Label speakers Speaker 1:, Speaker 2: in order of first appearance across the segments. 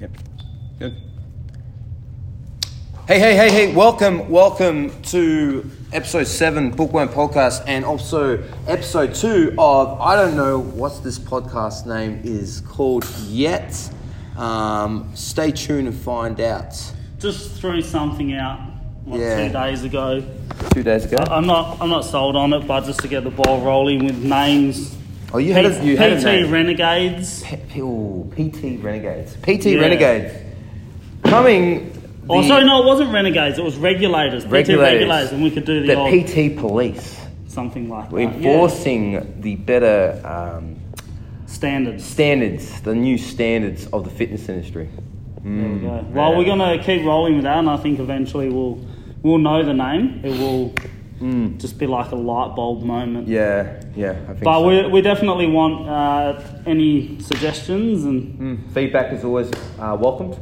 Speaker 1: Yep. Good. Hey, hey, hey, hey, welcome, welcome to episode seven, Bookworm Podcast, and also episode two of I don't know what this podcast name is called yet. Um, stay tuned and find out.
Speaker 2: Just threw something out like
Speaker 1: Yeah.
Speaker 2: two days ago.
Speaker 1: Two days ago.
Speaker 2: I'm not I'm not sold on it, but just to get the ball rolling with names.
Speaker 1: Oh, you had a, you
Speaker 2: PT
Speaker 1: had a name.
Speaker 2: Renegades.
Speaker 1: P- P- ooh, PT Renegades. PT
Speaker 2: Yeah.
Speaker 1: Renegades. Coming. the-
Speaker 2: Oh, sorry, no, it wasn't Renegades. It was Regulators.
Speaker 1: Regulators.
Speaker 2: PT Regulators, and we could do the,
Speaker 1: the Uh,
Speaker 2: old
Speaker 1: PT police.
Speaker 2: something like
Speaker 1: We're
Speaker 2: that. Yeah.
Speaker 1: enforcing the better um,
Speaker 2: Standards.
Speaker 1: standards, the new standards of the fitness industry.
Speaker 2: There we
Speaker 1: Mm.
Speaker 2: go. Well, we're gonna keep rolling with that, and I think eventually we'll we'll know the name. It will just be like a light bulb moment.
Speaker 1: Mm. Yeah, yeah, I think.
Speaker 2: But
Speaker 1: so.
Speaker 2: we, we definitely want uh, any suggestions and
Speaker 1: Mm, feedback is always uh, welcomed.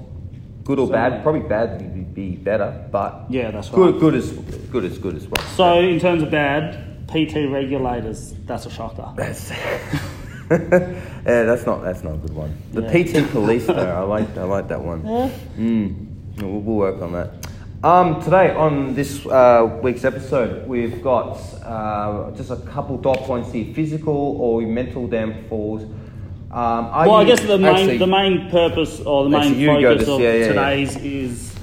Speaker 1: Good or
Speaker 2: So-
Speaker 1: bad, probably bad would be be better, but
Speaker 2: yeah, that's right.
Speaker 1: good, good is good is good as well.
Speaker 2: So in terms of bad, PT regulators, that's a shocker.
Speaker 1: That's yeah, that's not that's not a good one. The PT police though, I like I like that one. Mm, we'll, we'll work on that. Um, today on this uh, week's episode, we've got uh, just a couple dot points here: physical or mental downfalls. Um,
Speaker 2: Well, I guess the main the main purpose or the main
Speaker 1: Actually, you go
Speaker 2: focus
Speaker 1: this-
Speaker 2: of
Speaker 1: yeah, yeah, yeah.
Speaker 2: today's is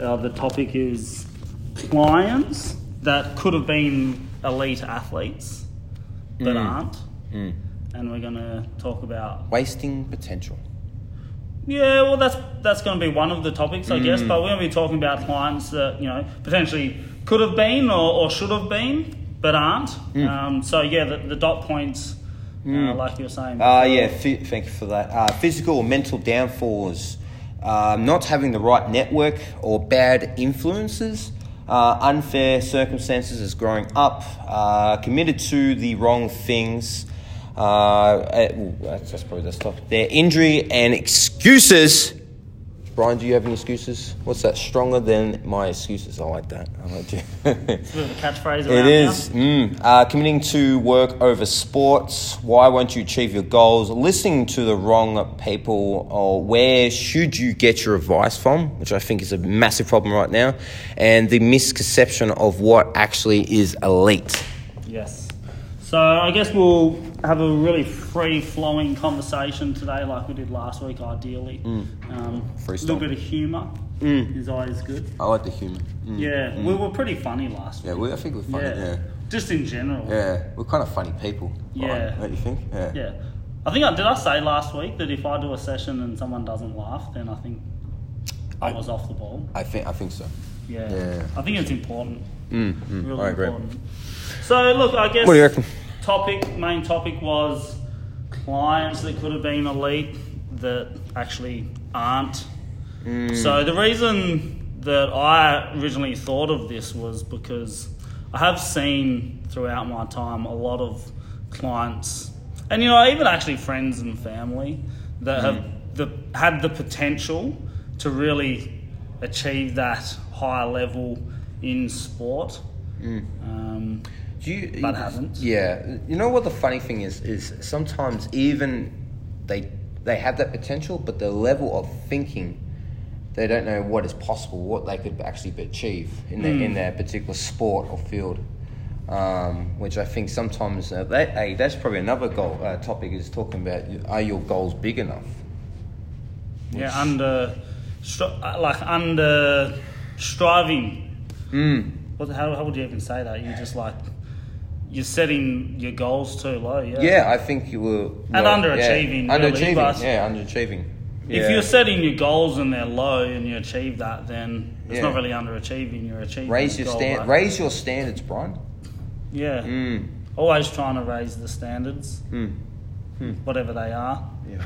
Speaker 2: uh, the topic is clients that could have been elite athletes but
Speaker 1: Mm.
Speaker 2: aren't, and we're gonna talk about
Speaker 1: wasting potential.
Speaker 2: Yeah, well, that's that's going to be one of the topics, I
Speaker 3: Mm.
Speaker 2: guess. But we're going to be talking about clients that you know potentially could have been or, or should have been, but aren't.
Speaker 3: Mm.
Speaker 2: Um, so yeah, the, the dot points, uh, like you were saying.
Speaker 3: Uh, yeah, phy- thank you for that. Uh, physical or mental downfalls, uh, not having the right network or bad influences, uh, unfair circumstances as growing up, uh, committed to the wrong things. Uh, uh, ooh, that's, that's probably that's tough. Their injury and excuses. Brian, do you have any excuses? What's that? Stronger than my excuses. I like that. I like you.
Speaker 2: it's a bit of a catchphrase.
Speaker 3: It
Speaker 2: around
Speaker 3: is.
Speaker 2: now.
Speaker 3: Mm. Uh, committing to work over sports. Why won't you achieve your goals? Listening to the wrong people. Or where should you get your advice from? Which I think is a massive problem right now. And the misconception of what actually is elite.
Speaker 2: Yes. So I guess we'll have a really free flowing conversation today, like we did last week. Ideally,
Speaker 3: Mm.
Speaker 2: um, a
Speaker 3: Freestyle.
Speaker 2: little bit of humour
Speaker 3: Mm.
Speaker 2: is always good.
Speaker 3: I like the human.
Speaker 2: Yeah, we
Speaker 3: Mm.
Speaker 2: were pretty funny last week.
Speaker 3: we, I think we're
Speaker 2: Just in general.
Speaker 3: we're kind of funny people.
Speaker 2: right? Yeah. Don't
Speaker 3: you think?
Speaker 2: Yeah. I think I did I say last week that if I do a session and someone doesn't laugh, then I think I, was off the ball.
Speaker 3: I think. I think so.
Speaker 2: Yeah.
Speaker 3: Yeah.
Speaker 2: I think it's important. really
Speaker 3: Mm, I agree.
Speaker 2: important. So look, I guess
Speaker 3: What do you reckon?
Speaker 2: topic main topic was clients that could have been elite that actually aren't.
Speaker 3: Hmm.
Speaker 2: So the reason that I originally thought of this was because I have seen throughout my time a lot of clients, and you know even actually friends and family that
Speaker 3: Hmm.
Speaker 2: have the, had the potential to really achieve that higher level in sport.
Speaker 3: Hmm.
Speaker 2: Um,
Speaker 3: Do you,
Speaker 2: But
Speaker 3: you-
Speaker 2: haven't.
Speaker 3: Yeah, you know what the funny thing is is sometimes even they they have that potential, but the level of thinking they don't know what is possible, what they could actually be- achieve in their
Speaker 2: Hmm.
Speaker 3: in their particular sport or field. Um, which I think sometimes uh, that hey, that's probably another goal uh, topic is talking about are your goals big enough?
Speaker 2: yeah, under stri- uh, like under striving.
Speaker 3: Hmm.
Speaker 2: What, how, how would you even say that? You're just like you're setting your goals too low. Yeah.
Speaker 3: Yeah, I think you were
Speaker 2: And underachieving,
Speaker 3: Yeah,
Speaker 2: really,
Speaker 3: underachieving,
Speaker 2: but-
Speaker 3: yeah, underachieving.
Speaker 2: If
Speaker 3: Yeah.
Speaker 2: you're setting your goals and they're low and you achieve that, then it's not
Speaker 3: Yeah.
Speaker 2: really underachieving. You're achieving.
Speaker 3: raise
Speaker 2: the
Speaker 3: your
Speaker 2: goal,
Speaker 3: stand,
Speaker 2: right?
Speaker 3: raise your standards, Brian.
Speaker 2: Yeah.
Speaker 3: Mm.
Speaker 2: Always trying to raise the standards,
Speaker 3: Mm.
Speaker 2: whatever they are.
Speaker 3: Yeah.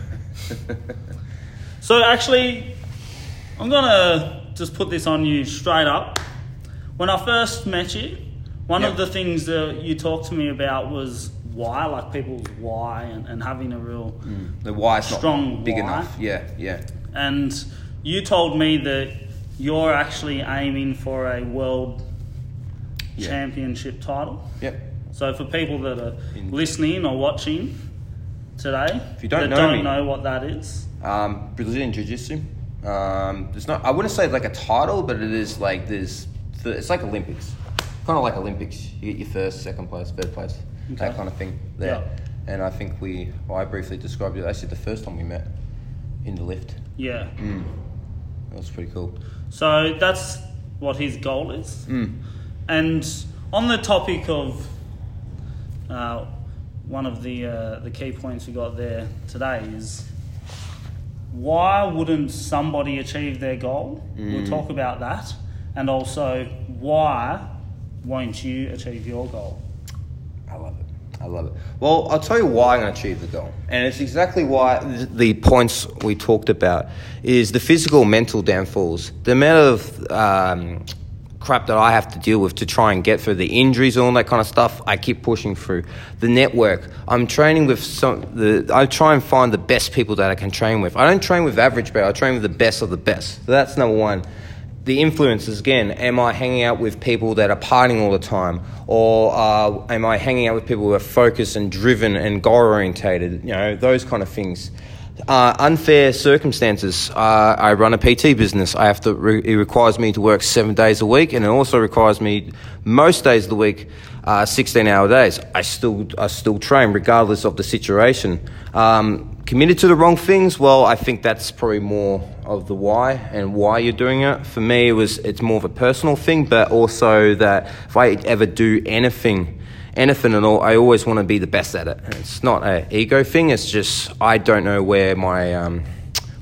Speaker 2: So actually, I'm gonna just put this on you straight up. When I first met you, one
Speaker 3: Yep.
Speaker 2: of the things that you talked to me about was why, like people's why, and, and having a real.
Speaker 3: The why is not
Speaker 2: Strong
Speaker 3: big
Speaker 2: why.
Speaker 3: enough. Yeah, yeah.
Speaker 2: And you told me that you're actually aiming for a world
Speaker 3: Yeah.
Speaker 2: championship title.
Speaker 3: Yep.
Speaker 2: So for people that are
Speaker 3: In-
Speaker 2: listening or watching today,
Speaker 3: If you don't
Speaker 2: that
Speaker 3: know
Speaker 2: don't
Speaker 3: me-
Speaker 2: know what that is,
Speaker 3: Um, Brazilian Jiu Jitsu. Um, it's not. I wouldn't say like a title, but it is like there's. th- It's like Olympics, kind of like Olympics. You get your first, second place, third place, that
Speaker 2: Okay.
Speaker 3: kind of thing. There, and I think we. Well, I briefly described it. Actually, the first time we met in the lift,
Speaker 2: Yeah.
Speaker 3: Mm. that was pretty cool.
Speaker 2: So that's what his goal is.
Speaker 3: Mm.
Speaker 2: And on the topic of uh, one of the uh, the key points we got there today is why wouldn't somebody achieve their goal?
Speaker 3: Mm.
Speaker 2: We'll talk about that, and also why won't you achieve your goal?
Speaker 3: I love it. I love it. Well, I'll tell you why I'm going to achieve the goal, and it's exactly why th- the points we talked about is the physical, mental downfalls, the amount of um, crap that I have to deal with to try and get through the injuries and all that kind of stuff. I keep pushing through the network. I'm training with some. The, I try and find the best people that I can train with. I don't train with average, but I train with the best of the best. So that's number one the influences again am i hanging out with people that are partying all the time or uh, am i hanging out with people who are focused and driven and goal orientated you know those kind of things uh, unfair circumstances uh, i run a pt business i have to re- it requires me to work seven days a week and it also requires me most days of the week uh, 16 hour days i still i still train regardless of the situation um, committed to the wrong things well i think that's probably more of the why and why you're doing it for me it was it's more of a personal thing but also that if i ever do anything anything at all i always want to be the best at it And it's not a ego thing it's just i don't know where my um,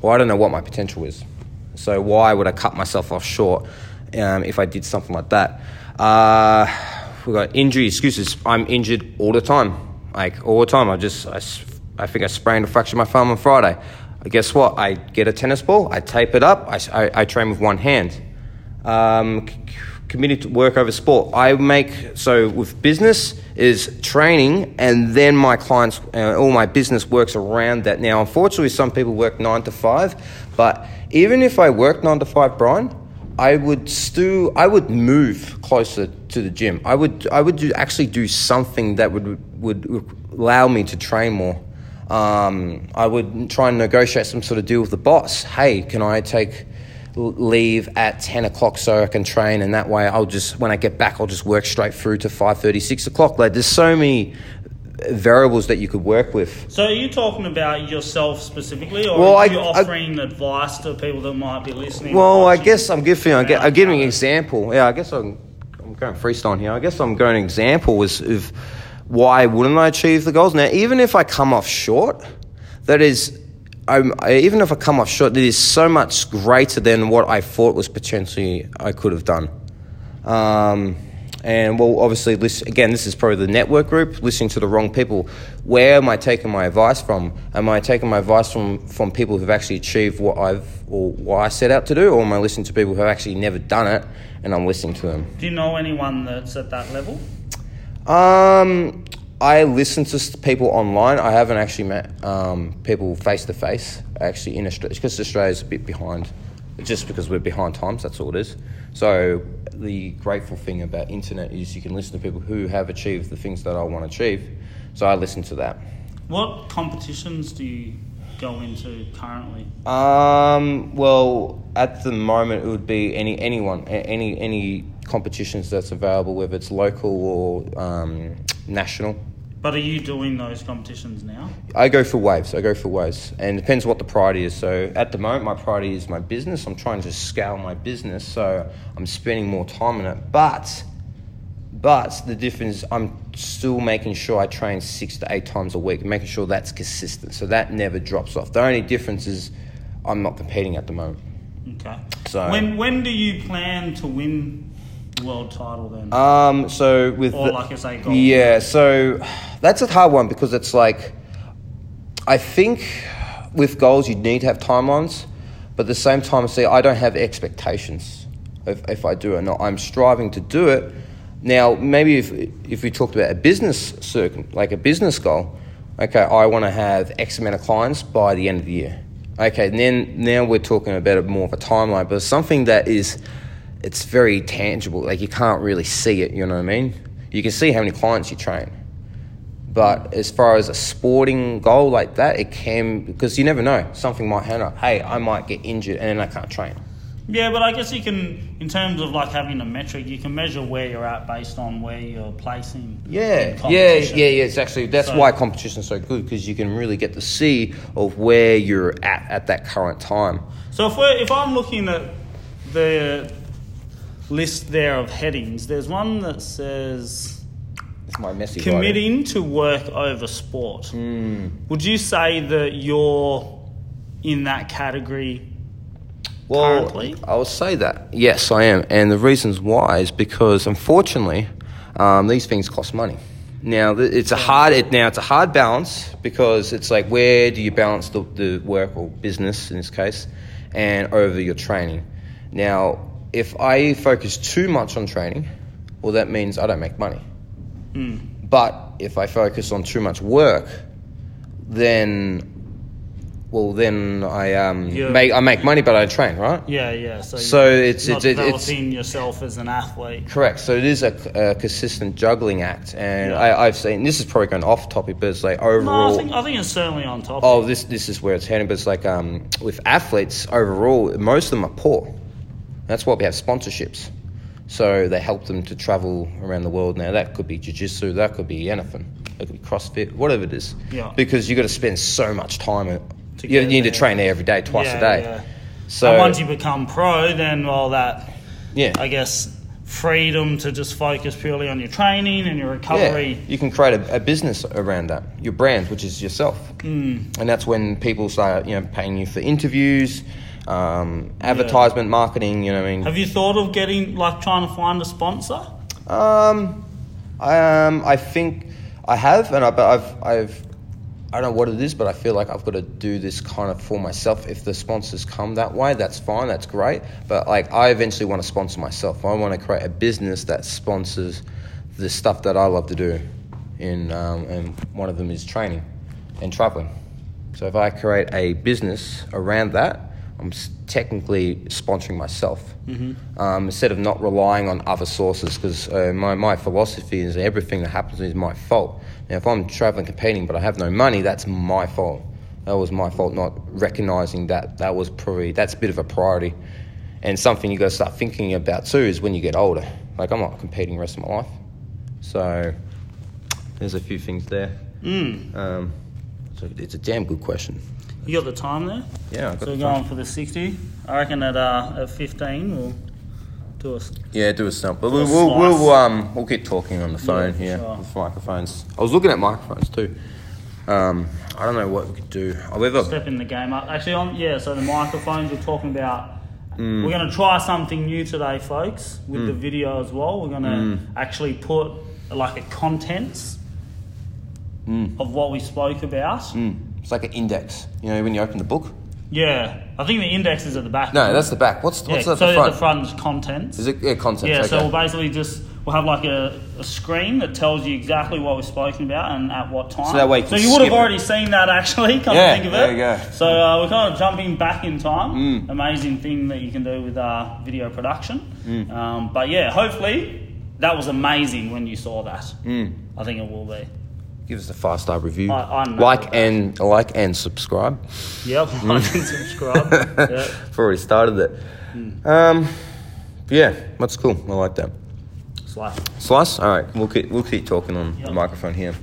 Speaker 3: well i don't know what my potential is so why would i cut myself off short um, if i did something like that uh, we got injury excuses. I'm injured all the time, like all the time. I just, I, s- I think I sprained or fractured my thumb on Friday. Guess what? I get a tennis ball, I tape it up, I, s- I- I train with one hand. Um, c- c- committed to work over sport. I make so with business is training, and then my clients, uh, all my business works around that. Now, unfortunately, some people work nine to five, but even if I work nine to five, Brian, I would still I would move closer to the gym. I would I would do, actually do something that would would allow me to train more. Um, I would try and negotiate some sort of deal with the boss. Hey, can I take l- leave at 10 o'clock so i can train and that way i'll just when i get back i'll just work straight through to 5.30 6 o'clock like there's so many variables that you could work with
Speaker 2: So are you talking about yourself specifically, or
Speaker 3: Well,
Speaker 2: are
Speaker 3: I-
Speaker 2: you
Speaker 3: I-
Speaker 2: offering advice to people that might be listening?
Speaker 3: Well, I
Speaker 2: watching?
Speaker 3: guess I'm giving I get,
Speaker 2: Yeah,
Speaker 3: I'm giving an
Speaker 2: yeah.
Speaker 3: example. Yeah, I guess I'm I'm going freestyle here. I guess I'm going an example is of why wouldn't I achieve the goals? Now, even if I come off short, that is. I'm, I- even if I come off short, it is so much greater than what I thought was potentially I could have done. Um, and well, obviously, listen, again, this is probably the network group listening to the wrong people. Where am I taking my advice from? Am I taking my advice from from people who've actually achieved what I've or what I set out to do, or am I listening to people who've actually never done it and I'm listening to them?
Speaker 2: Do you know anyone that's at that level?
Speaker 3: Um, I listen to s- people online. I haven't actually met um, people face to face. Actually, in Australia, because Australia's a bit behind, just because we're behind times. That's all it is. So the grateful thing about internet is you can listen to people who have achieved the things that I want to achieve. So I listen to that.
Speaker 2: What competitions do you go into currently?
Speaker 3: Um, well, at the moment, it would be any anyone, a- any any competitions that's available, whether it's local or um, national.
Speaker 2: But are you doing those competitions now?
Speaker 3: I go for waves. I go for waves, and it depends what the priority is. So at the moment, my priority is my business. I'm trying to scale my business, so I'm spending more time on it. But, but the difference, I'm still making sure I train six to eight times a week, making sure that's consistent. So that never drops off. The only difference is, I'm not competing at the moment.
Speaker 2: Okay.
Speaker 3: So-
Speaker 2: when when do you plan to win the world title then?
Speaker 3: Um, so with
Speaker 2: Or
Speaker 3: the-
Speaker 2: like I say, gold.
Speaker 3: yeah, so that's a hard one because it's like I think with goals you need to have timelines, but at the same time, see, I don't have expectations if, if I do or not. I'm striving to do it. Now, maybe if if we talked about a business circum, like a business goal, okay, I want to have X amount of clients by the end of the year. Okay, and then now we're talking about a more of a timeline, but something that is it's very tangible. Like you can't really see it. You know what I mean? You can see how many clients you train, But as far as a sporting goal like that, it can because you never know. Something might happen. Hey, I might get injured and then I can't train.
Speaker 2: Yeah, but I guess you can, in terms of like having a metric, you can measure where you're at based on where you're placing. in
Speaker 3: Yeah, yeah, yeah,
Speaker 2: competition.
Speaker 3: yeah. It's actually that's
Speaker 2: So-
Speaker 3: why competition's so good because you can really get to see of where you're at at that current time.
Speaker 2: So if we're, if I'm looking at the uh, list there of headings, there's one that says
Speaker 3: It's my messy writing.
Speaker 2: committing to work over sport.
Speaker 3: Hmm.
Speaker 2: Would you say that you're in that category?
Speaker 3: Well,
Speaker 2: currently?
Speaker 3: I'll say that. Yes, I am. And the reasons why is because, unfortunately, um, these things cost money. Now th- it's a hard it, now it's a hard balance because it's like where do you balance the, the work or business in this case, and over your training. Now, if I focus too much on training, well, that means I don't make money.
Speaker 2: Hmm.
Speaker 3: But if I focus on too much work, then well, then I um,
Speaker 2: Yeah.
Speaker 3: make I make money, but I train, right?
Speaker 2: Yeah, yeah. So,
Speaker 3: So
Speaker 2: you're
Speaker 3: it's-
Speaker 2: not
Speaker 3: it's- it's-
Speaker 2: developing yourself as an athlete.
Speaker 3: Correct. So it is a, a consistent juggling act, and
Speaker 2: Yeah.
Speaker 3: I, I've seen this is probably going off topic, but it's like
Speaker 2: No, I
Speaker 3: overall.
Speaker 2: think I think it's certainly on top.
Speaker 3: oh, this this is where it's heading, but it's like um, with athletes overall, most of them are poor. That's why we have sponsorships. So they help them to travel around the world. Now that could be jiu-jitsu, that could be anything, that could be CrossFit, whatever it is.
Speaker 2: Yeah.
Speaker 3: Because you got to spend so much time. in-
Speaker 2: To
Speaker 3: you
Speaker 2: get
Speaker 3: need to
Speaker 2: there.
Speaker 3: train every day, twice
Speaker 2: Yeah,
Speaker 3: a day.
Speaker 2: yeah.
Speaker 3: So
Speaker 2: and once you become pro, then well that
Speaker 3: yeah,
Speaker 2: I guess freedom to just focus purely on your training and your
Speaker 3: Yeah,
Speaker 2: recovery.
Speaker 3: you can create a, a business around that, your brand, which is yourself, mm. and that's when people start, you know, paying you for interviews, um, advertisement, marketing. You know, what I mean,
Speaker 2: Have you thought of getting like trying to find a sponsor?
Speaker 3: um, I, um, I think I have, and I, but I've, I've, I don't know what it is, but I feel like I've got to do this kind of for myself. If the sponsors come that way, that's fine, that's great. But like, I eventually want to sponsor myself. I want to create a business that sponsors the stuff that I love to do, in um, and one of them is training and traveling. So if I create a business around that, I'm s- technically sponsoring myself um, instead of not relying on other sources. Because uh, my, my philosophy is everything that happens is my fault. Now, if I'm traveling competing but I have no money, that's my fault. That was my fault not recognizing that that was probably that's a bit of a priority, and something you got to start thinking about too is when you get older. Like I'm not competing the rest of my life, so there's a few things there. Um, so it's a damn good question.
Speaker 2: You got the time there?
Speaker 3: Yeah, I've got
Speaker 2: So we're
Speaker 3: the
Speaker 2: going for the 60. I reckon at, uh, at 15 we'll do a...
Speaker 3: Yeah, do a stump. But
Speaker 2: a
Speaker 3: we'll, we'll,
Speaker 2: slice.
Speaker 3: we'll, um, we'll keep talking on the phone
Speaker 2: Yeah,
Speaker 3: here
Speaker 2: sure.
Speaker 3: with microphones. I was looking at microphones too. Um, I don't know what we could do. Oh, However,
Speaker 2: Step in the game up. Actually, on, yeah, so the microphones we're talking about.
Speaker 3: Mm.
Speaker 2: We're going to try something new today, folks, with the video as well. We're going to
Speaker 3: Mm.
Speaker 2: actually put like a contents
Speaker 3: Mm.
Speaker 2: of what we spoke about.
Speaker 3: hmm, it's like an index. You know, when you open the book.
Speaker 2: Yeah, I think the index is at the back.
Speaker 3: No, that's the back. What's
Speaker 2: yeah,
Speaker 3: what's
Speaker 2: so
Speaker 3: at the front?
Speaker 2: the front is contents.
Speaker 3: Is it yeah, content?
Speaker 2: Yeah,
Speaker 3: okay.
Speaker 2: so we'll basically just we'll have like a, a screen that tells you exactly what we've spoken about and at what time.
Speaker 3: So that way you
Speaker 2: so
Speaker 3: can
Speaker 2: you would have
Speaker 3: skip it.
Speaker 2: already seen that actually. Come
Speaker 3: Yeah,
Speaker 2: to think of it.
Speaker 3: there you go. Mm.
Speaker 2: So uh, we're kind of jumping back in time. Amazing thing that you can do with uh, video production.
Speaker 3: Mm.
Speaker 2: Um, but yeah, hopefully that was amazing when you saw that.
Speaker 3: Mm.
Speaker 2: I think it will be.
Speaker 3: Give us a five star review.
Speaker 2: I- I know
Speaker 3: like
Speaker 2: that.
Speaker 3: and like and subscribe.
Speaker 2: Yep, like
Speaker 3: Mm.
Speaker 2: and subscribe. Yep.
Speaker 3: I've already started it.
Speaker 2: Hmm.
Speaker 3: Um, yeah, that's cool. I like that.
Speaker 2: Slice.
Speaker 3: Slice. All right, we'll keep we'll keep talking on
Speaker 2: Yeah.
Speaker 3: the microphone here.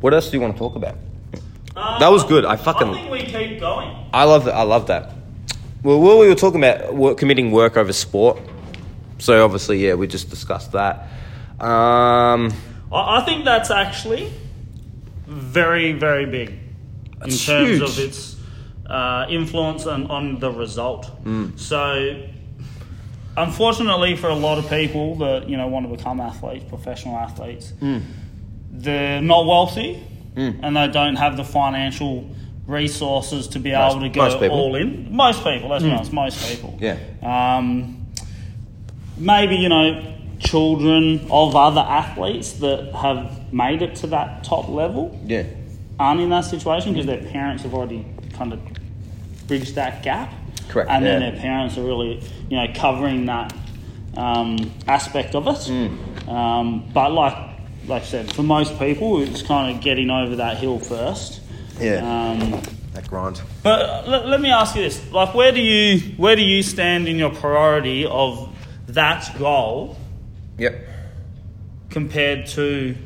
Speaker 3: What else do you want to talk about?
Speaker 2: Uh,
Speaker 3: That was good. I fucking-
Speaker 2: I think we keep going.
Speaker 3: I love that. I love that. Well, what we were talking about work, committing work over sport. So obviously, yeah, we just discussed that. Um,
Speaker 2: I, I think that's actually very, very big
Speaker 3: That's
Speaker 2: in terms
Speaker 3: huge.
Speaker 2: of its uh, influence on, on the result.
Speaker 3: Mm.
Speaker 2: So, unfortunately, for a lot of people that you know want to become athletes, professional athletes,
Speaker 3: Mm.
Speaker 2: they're not wealthy and they don't have the financial resources to be
Speaker 3: Most-
Speaker 2: able to
Speaker 3: most
Speaker 2: go
Speaker 3: people. Mm.
Speaker 2: all in. Most people, let's be honest, most people.
Speaker 3: Yeah.
Speaker 2: Um, maybe you know children of other athletes that have made it to that top level
Speaker 3: yeah,
Speaker 2: aren't in that situation because their parents have already kind of bridged that gap.
Speaker 3: Correct,
Speaker 2: And then
Speaker 3: yeah.
Speaker 2: their parents are really, you
Speaker 3: Mm.
Speaker 2: know, covering that um, aspect of it. Um, but like like I said, for most people, it's kind of getting over that hill first.
Speaker 3: Yeah,
Speaker 2: Um,
Speaker 3: that grind.
Speaker 2: but let, let me ask you this: like, where do you where do you stand in your priority of that goal
Speaker 3: Yep.
Speaker 2: compared to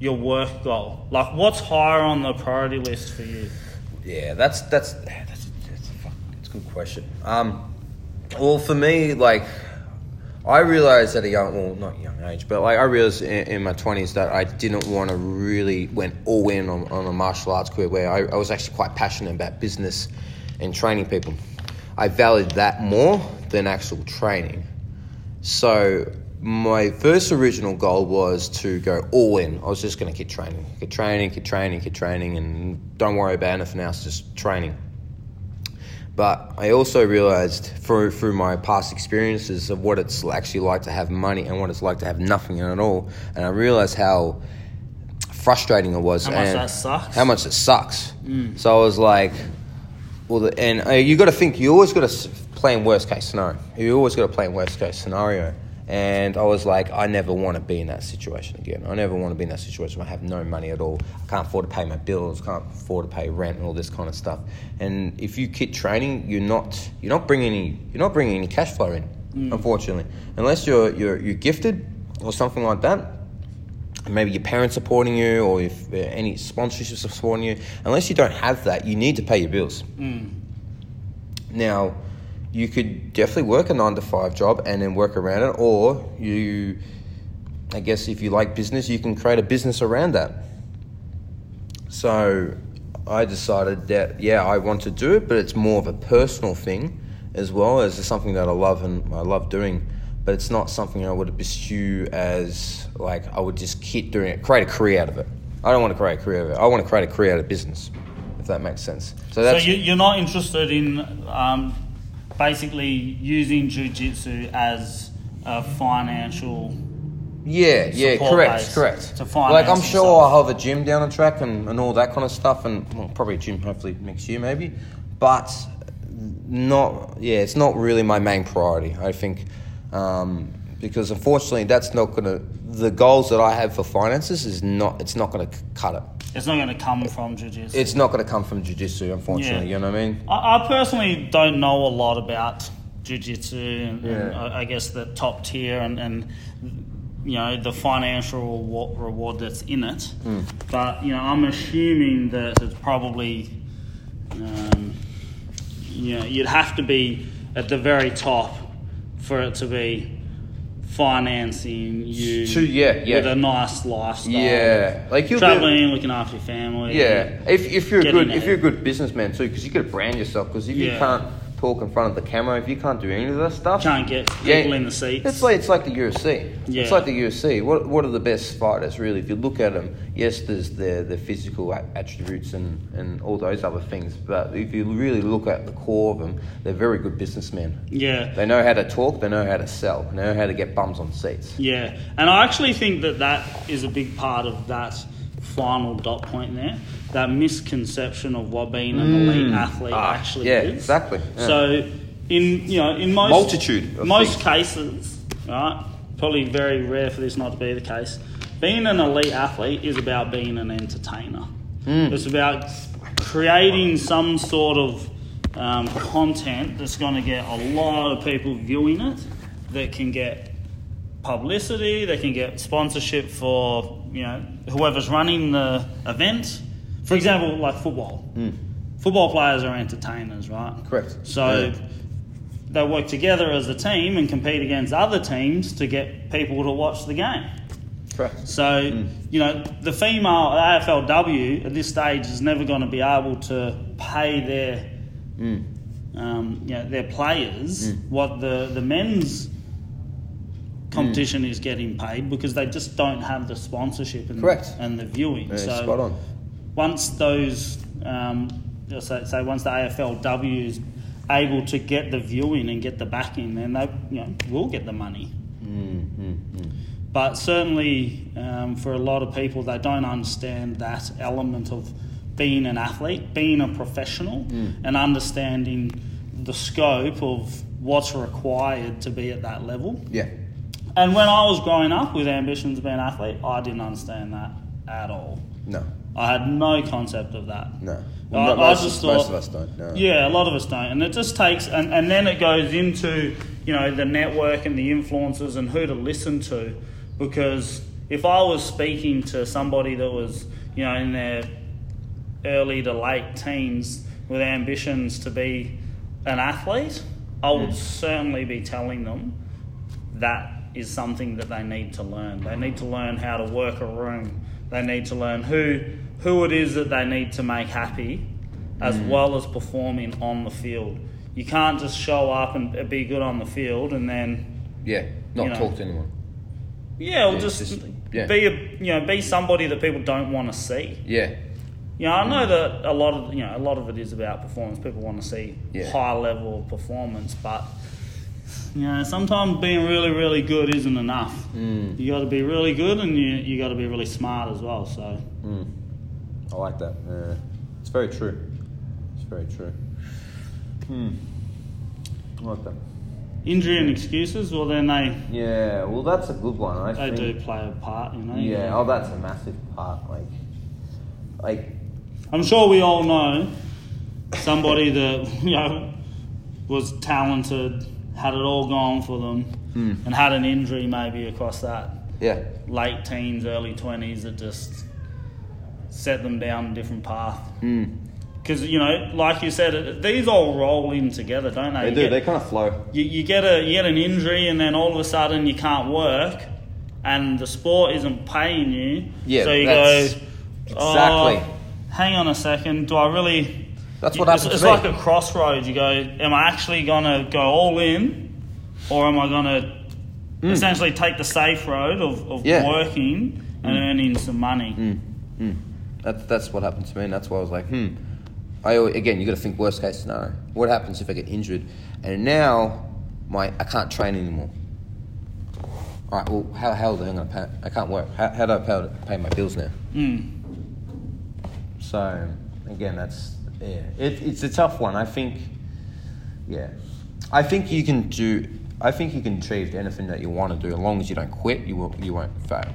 Speaker 2: your work goal? Like, what's higher on the priority list for you?
Speaker 3: Yeah, that's that's that's that's a, fuck, that's a good question. Um, well, for me, like I realized at a young, well, not young age, but like I realized in, in my twenties that I didn't want to really went all in on, on a martial arts career where I, I was actually quite passionate about business and training people. I valued that more than actual training. So my first original goal was to go all in. I was just going to keep training, keep training, keep training, keep training, and don't worry about anything else, just training. But I also realized through through my past experiences of what it's actually like to have money and what it's like to have nothing at all, and I realized how frustrating it was.
Speaker 2: How much
Speaker 3: and
Speaker 2: that sucks. Mm.
Speaker 3: How much it sucks. So I was like, well, the, and uh, you got to think. You always got to play in worst case scenario. You always got to play in worst case scenario. And I was like, I never want to be in that situation again. I never want to be in that situation. where I have no money at all. I can't afford to pay my bills. Can't afford to pay rent and all this kind of stuff. And if you keep training, you're not you're not bringing any you're not bringing any cash flow in. Unfortunately, unless you're you're you're gifted or something like that, maybe your parents supporting you or if uh, any sponsorships are supporting you unless you don't have that you need to pay your bills now you could definitely work a nine to five job and then work around it or you i guess if you like business you can create a business around that so i decided that yeah i want to do it but it's more of a personal thing as well as something that i love and i love doing but it's not something i would pursue as like i would just keep doing it create a career out of it i don't want to create a career out of it i want to create a career out of business if that makes sense so
Speaker 2: So
Speaker 3: that's
Speaker 2: you, you're not interested in um, basically using jujitsu as a financial.
Speaker 3: Yeah, yeah,
Speaker 2: support
Speaker 3: correct,
Speaker 2: base
Speaker 3: correct.
Speaker 2: to finance
Speaker 3: like I'm
Speaker 2: and
Speaker 3: sure
Speaker 2: stuff.
Speaker 3: I'll have a gym down the track and, and all that kind of stuff, and well, probably a gym hopefully next year maybe, but not yeah, it's not really my main priority. I think um, because unfortunately that's not gonna the goals that I have for finances is not it's not gonna c- cut it.
Speaker 2: It's not going to come from jujitsu.
Speaker 3: It's not gonna come from jujitsu, unfortunately.
Speaker 2: Yeah.
Speaker 3: You know what I mean?
Speaker 2: I, I personally don't know a lot about jujitsu and, and
Speaker 3: Yeah.
Speaker 2: I, I guess the top tier and, and you know the financial reward, reward that's in it.
Speaker 3: Hmm.
Speaker 2: But you know, I'm assuming that it's probably um, you know you'd have to be at the very top for it to be financing you
Speaker 3: To- yeah, yeah.
Speaker 2: with a nice lifestyle.
Speaker 3: Yeah, like you'll do-
Speaker 2: traveling, looking after your family.
Speaker 3: Yeah, if, if you're a
Speaker 2: Getting
Speaker 3: good
Speaker 2: there.
Speaker 3: if you're a good businessman too, because you got to brand yourself. Because if
Speaker 2: Yeah.
Speaker 3: you can't talk in front of the camera, if you can't do any of that stuff,
Speaker 2: Can't get people
Speaker 3: Yeah.
Speaker 2: in the seats.
Speaker 3: It's like it's like the UFC.
Speaker 2: Yeah.
Speaker 3: It's like the UFC. What what are the best fighters really? If you look at them, yes, there's their their physical a- attributes and and all those other things. But if you really look at the core of them, they're very good businessmen.
Speaker 2: yeah.
Speaker 3: They know how to talk. They know how to sell. They know how to get bums on seats.
Speaker 2: Yeah, and I actually think that that is a big part of that final dot point there. That misconception of what being an elite athlete
Speaker 3: Ah,
Speaker 2: actually
Speaker 3: yeah,
Speaker 2: is.
Speaker 3: exactly, yeah.
Speaker 2: So, in you know, in most
Speaker 3: Multitude of
Speaker 2: most cases, right? Probably very rare for this not to be the case. Being an elite athlete is about being an entertainer.
Speaker 3: Hmm.
Speaker 2: It's about creating some sort of um, content that's going to get a lot of people viewing it, that can get publicity, they can get sponsorship for you know whoever's running the event. For example, like football, football players are entertainers, right?
Speaker 3: Hmm. Correct.
Speaker 2: So
Speaker 3: Yeah.
Speaker 2: they work together as a team and compete against other teams to get people to watch the game.
Speaker 3: Correct.
Speaker 2: So
Speaker 3: Hmm.
Speaker 2: you know the female AFLW at this stage is never going to be able to pay their
Speaker 3: Hmm.
Speaker 2: um, you know, their players what the the
Speaker 3: Hmm.
Speaker 2: men's competition is getting paid because they just don't have the sponsorship and
Speaker 3: Correct.
Speaker 2: and the viewing.
Speaker 3: Yeah,
Speaker 2: so
Speaker 3: Uh, spot on.
Speaker 2: once those um, let's say, say once the AFLW is able to get the viewing and get the backing, then they you know will get the money. But certainly, um, for a lot of people, they don't understand that element of being an athlete, being a professional, and understanding the scope of what's required to be at that level.
Speaker 3: Yeah.
Speaker 2: And when I was growing up with ambitions to be an athlete, I didn't understand that at all.
Speaker 1: No,
Speaker 2: I had no concept of that.
Speaker 1: no.
Speaker 2: I-
Speaker 1: Mo-
Speaker 2: I
Speaker 1: most,
Speaker 2: just
Speaker 1: most
Speaker 2: thought-
Speaker 1: of us don't. No.
Speaker 2: Yeah, a lot of us don't. And it just takes, and, and then it goes into, you know, the network and the influences and who to listen to. Because if I was speaking to somebody that was, you know, in their early to late teens with ambitions to be an athlete, I would certainly be telling them that is something that they need to learn. They need to learn how to work a room. They need to learn who who it is that they need to make happy, as
Speaker 3: Mm.
Speaker 2: well as performing on the field. You can't just show up and be good on the field and then
Speaker 3: Yeah, not
Speaker 2: You know.
Speaker 3: talk to anyone.
Speaker 2: yeah, well,
Speaker 3: Yeah,
Speaker 2: just,
Speaker 3: just- yeah.
Speaker 2: be a you know be somebody that people don't want to see.
Speaker 3: Yeah,
Speaker 2: You know, I know that a lot of you know a lot of it is about performance. People want to see
Speaker 3: Yeah.
Speaker 2: high level of performance, but you know, sometimes being really, really good isn't enough. Mm. You got to be really good, and you you got to be really smart as well. So
Speaker 1: I like that. Yeah. It's very true. It's very true. Hmm. I like that.
Speaker 2: injury and excuses, well, then they
Speaker 1: Yeah. Well, that's a good one. I
Speaker 2: they
Speaker 1: think.
Speaker 2: do play a part. You know.
Speaker 1: Yeah. Oh, that's a massive part. Like, like
Speaker 2: I'm sure we all know somebody that you know was talented, had it all going for them, and had an injury maybe across that.
Speaker 3: yeah,
Speaker 2: late teens, early twenties that just set them down a different path.
Speaker 3: Mm.
Speaker 2: Because you know, like you said, it- these all roll in together, don't they?
Speaker 3: they
Speaker 2: you
Speaker 3: do.
Speaker 2: Get,
Speaker 3: They kind of flow.
Speaker 2: you, you get a you get an injury, and then all of a sudden you can't work, and the sport isn't paying you.
Speaker 3: Yeah,
Speaker 2: so you
Speaker 3: that's-
Speaker 2: go
Speaker 3: exactly.
Speaker 2: "Oh, hang on a second. Do I really?
Speaker 3: That's
Speaker 2: You-
Speaker 3: what
Speaker 2: it's-
Speaker 3: happened to
Speaker 2: It's
Speaker 3: me.
Speaker 2: like a crossroads. You go, am I actually gonna go all in, or am I gonna essentially take the safe road of, of
Speaker 3: Hmm. Yeah. Hmm.
Speaker 2: working and earning some money?
Speaker 3: That's Mm, that's what happened to me, and that's why I was like, hmm. I al- again, you got to think worst case scenario. What happens if I get injured, and now my I can't train anymore. All right, well, how how am I going to pay? I can't work. How, how do I pay, pay my bills now?
Speaker 1: so. Again, that's yeah. It, it's a tough one. I think. Yeah.
Speaker 3: I think you can do. I think you can achieve anything that you want to do as long as you don't quit. You will. You won't fail.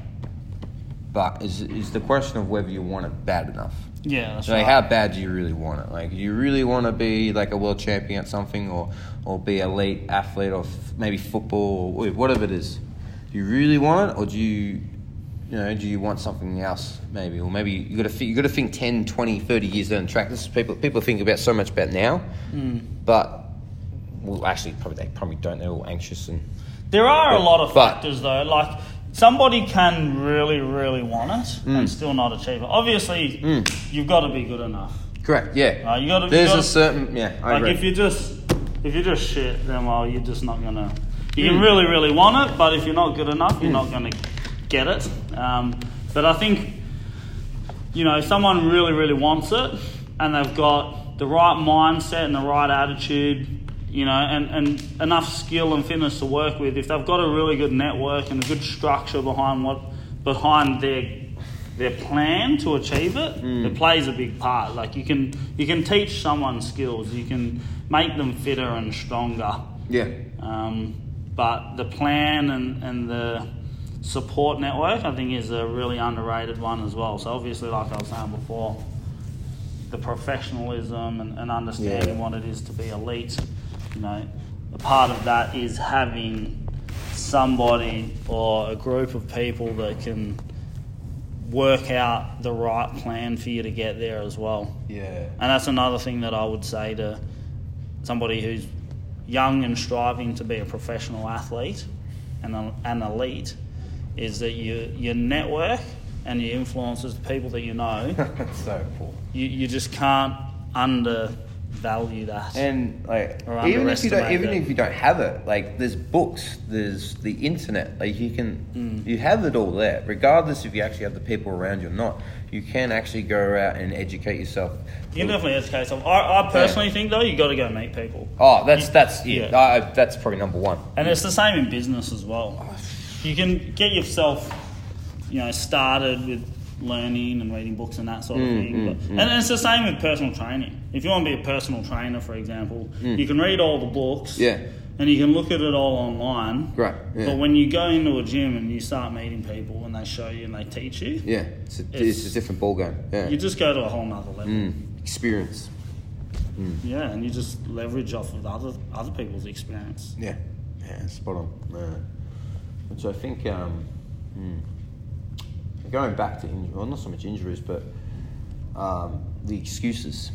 Speaker 3: But it's, it's the question of whether you want it bad enough.
Speaker 2: Yeah, that's
Speaker 3: Like,
Speaker 2: right.
Speaker 3: how bad do you really want it? Like, you really want to be like a world champion at something, or or be elite athlete, or f- maybe football, or wh- whatever it is. Do you really want it, or do you, you know, do you want something else? Maybe, or maybe you got to you got to think 10, 20, 30 years down the track. This is people people think about so much about now, Mm. but well, actually, probably they probably don't. They're all anxious and
Speaker 2: There are a lot of
Speaker 3: But-
Speaker 2: factors though. Like somebody can really, really want it
Speaker 3: Mm.
Speaker 2: and still not achieve it. Obviously, you've got to be good enough.
Speaker 3: correct. Yeah,
Speaker 2: Uh, you gotta- you
Speaker 3: There's
Speaker 2: gotta-
Speaker 3: a certain yeah. I
Speaker 2: like
Speaker 3: agree.
Speaker 2: if you just if you just shit, then well, you're just not gonna. You
Speaker 3: Mm.
Speaker 2: can really, really want it, but if you're not good enough, you're not gonna get it. Um, but I think you know, if someone really, really wants it and they've got the right mindset and the right attitude, you know, and, and enough skill and fitness to work with, if they've got a really good network and a good structure behind what behind their their plan to achieve it, it plays a big part. Like you can you can teach someone skills, you can make them fitter and stronger.
Speaker 3: yeah.
Speaker 2: Um, but the plan and, and the support network, I think, is a really underrated one as well. So, obviously, like I was saying before, the professionalism and, and understanding
Speaker 3: Yeah.
Speaker 2: what it is to be elite, you know, a part of that is having somebody or a group of people that can work out the right plan for you to get there as well.
Speaker 3: Yeah.
Speaker 2: And that's another thing that I would say to somebody who's young and striving to be a professional athlete and a- an elite is that you, your network and your influences, the people that you know,
Speaker 3: That's so cool.
Speaker 2: you, you just can't undervalue that.
Speaker 3: And like,
Speaker 2: Or
Speaker 3: even if you don't,
Speaker 2: underestimate
Speaker 3: even
Speaker 2: it.
Speaker 3: if you don't have it, like there's books, there's the internet. Like you can,
Speaker 2: Mm.
Speaker 3: you have it all there, regardless if you actually have the people around you or not. You can actually go out and educate yourself.
Speaker 2: you can definitely educate yourself. I, I personally think, though, you got to go meet people.
Speaker 3: Oh, that's that's yeah.
Speaker 2: Yeah.
Speaker 3: I, that's probably number one.
Speaker 2: And it's the same in business as well. You can get yourself, you know, started with learning and reading books and that sort of
Speaker 3: Mm,
Speaker 2: thing. but, And it's the same with personal training. If you want to be a personal trainer, for example, you can read all the books.
Speaker 3: Mm. Yeah.
Speaker 2: and you can look at it all online.
Speaker 3: Right, yeah.
Speaker 2: But when you go into a gym and you start meeting people and they show you and they teach you,
Speaker 3: Yeah, it's a, it's,
Speaker 2: It's-
Speaker 3: a different ballgame. Yeah,
Speaker 2: you just go to a whole nother level.
Speaker 3: Mm. experience.
Speaker 2: Yeah, and you just leverage off of the other other people's experience.
Speaker 3: Yeah, yeah, spot on. Yeah. Which I think, um, hmm, going back to injury, well, not so much injuries, but um, the excuses,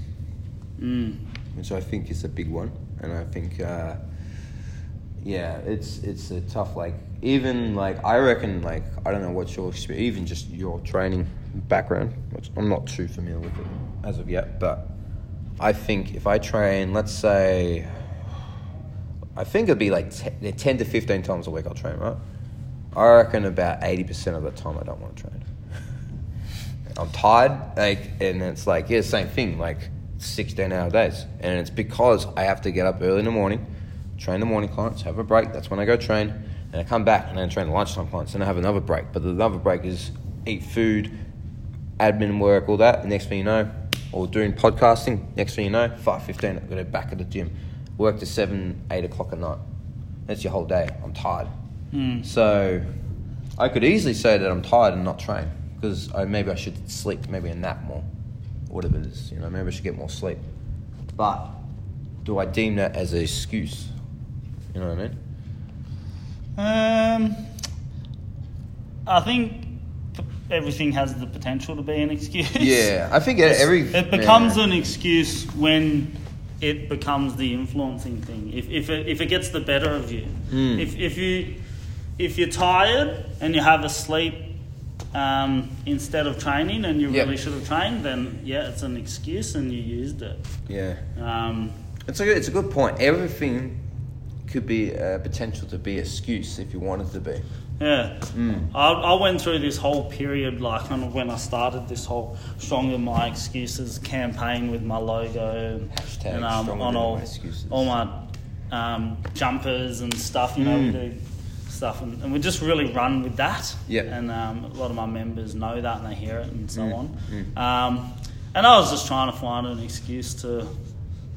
Speaker 3: which I think is a big one, and I think, uh, yeah, it's it's a tough like even like I reckon like I don't know what's your expe- even just your training background, which I'm not too familiar with it as of yet, but I think if I train, let's say I think it'd be like te- 10 to 15 times a week I'll train, right? I reckon about 80% of the time I don't want to train. I'm tired, like, and it's like, yeah, same thing, like 16 hour days. And it's because I have to get up early in the morning, train the morning clients, have a break. That's when I go train. And I come back and then train the lunchtime clients and I have another break. But the another break is eat food, admin work, all that. The next thing you know, or doing podcasting, next thing you know, 5.15, I've got to be back at the gym. Work to 7, 8 o'clock at night. That's your whole day. I'm tired. So I could easily say that I'm tired and not train because I, maybe I should sleep, maybe a nap more, whatever it is. You know, maybe I should get more sleep. But do I deem that as an excuse? You know what I mean?
Speaker 2: Um, I think p- everything has the potential to be an excuse.
Speaker 3: Yeah, I think every
Speaker 2: It becomes
Speaker 3: yeah.
Speaker 2: an excuse when it becomes the influencing thing. If if it, if it gets the better of you,
Speaker 3: Hmm.
Speaker 2: if if you if you're tired and you have a sleep um, instead of training and you
Speaker 3: Yep.
Speaker 2: really should have trained, then yeah, it's an excuse and you used it.
Speaker 3: yeah.
Speaker 2: Um,
Speaker 3: It's a good, it's a good point. Everything could be a potential to be excuse if you wanted to be.
Speaker 2: Yeah,
Speaker 3: Mm.
Speaker 2: I, I went through this whole period, like when, when I started this whole "Stronger My Excuses" campaign with my logo and-
Speaker 3: Hashtag
Speaker 2: and um,
Speaker 3: stronger
Speaker 2: on
Speaker 3: than
Speaker 2: all
Speaker 3: my excuses.
Speaker 2: all my um, jumpers and stuff. You know,
Speaker 3: Mm.
Speaker 2: we do stuff, and, and we just really run with that.
Speaker 3: Yep. Mm.
Speaker 2: and um, a lot of my members know that and they hear it and so on. Um, and I was just trying to find an excuse to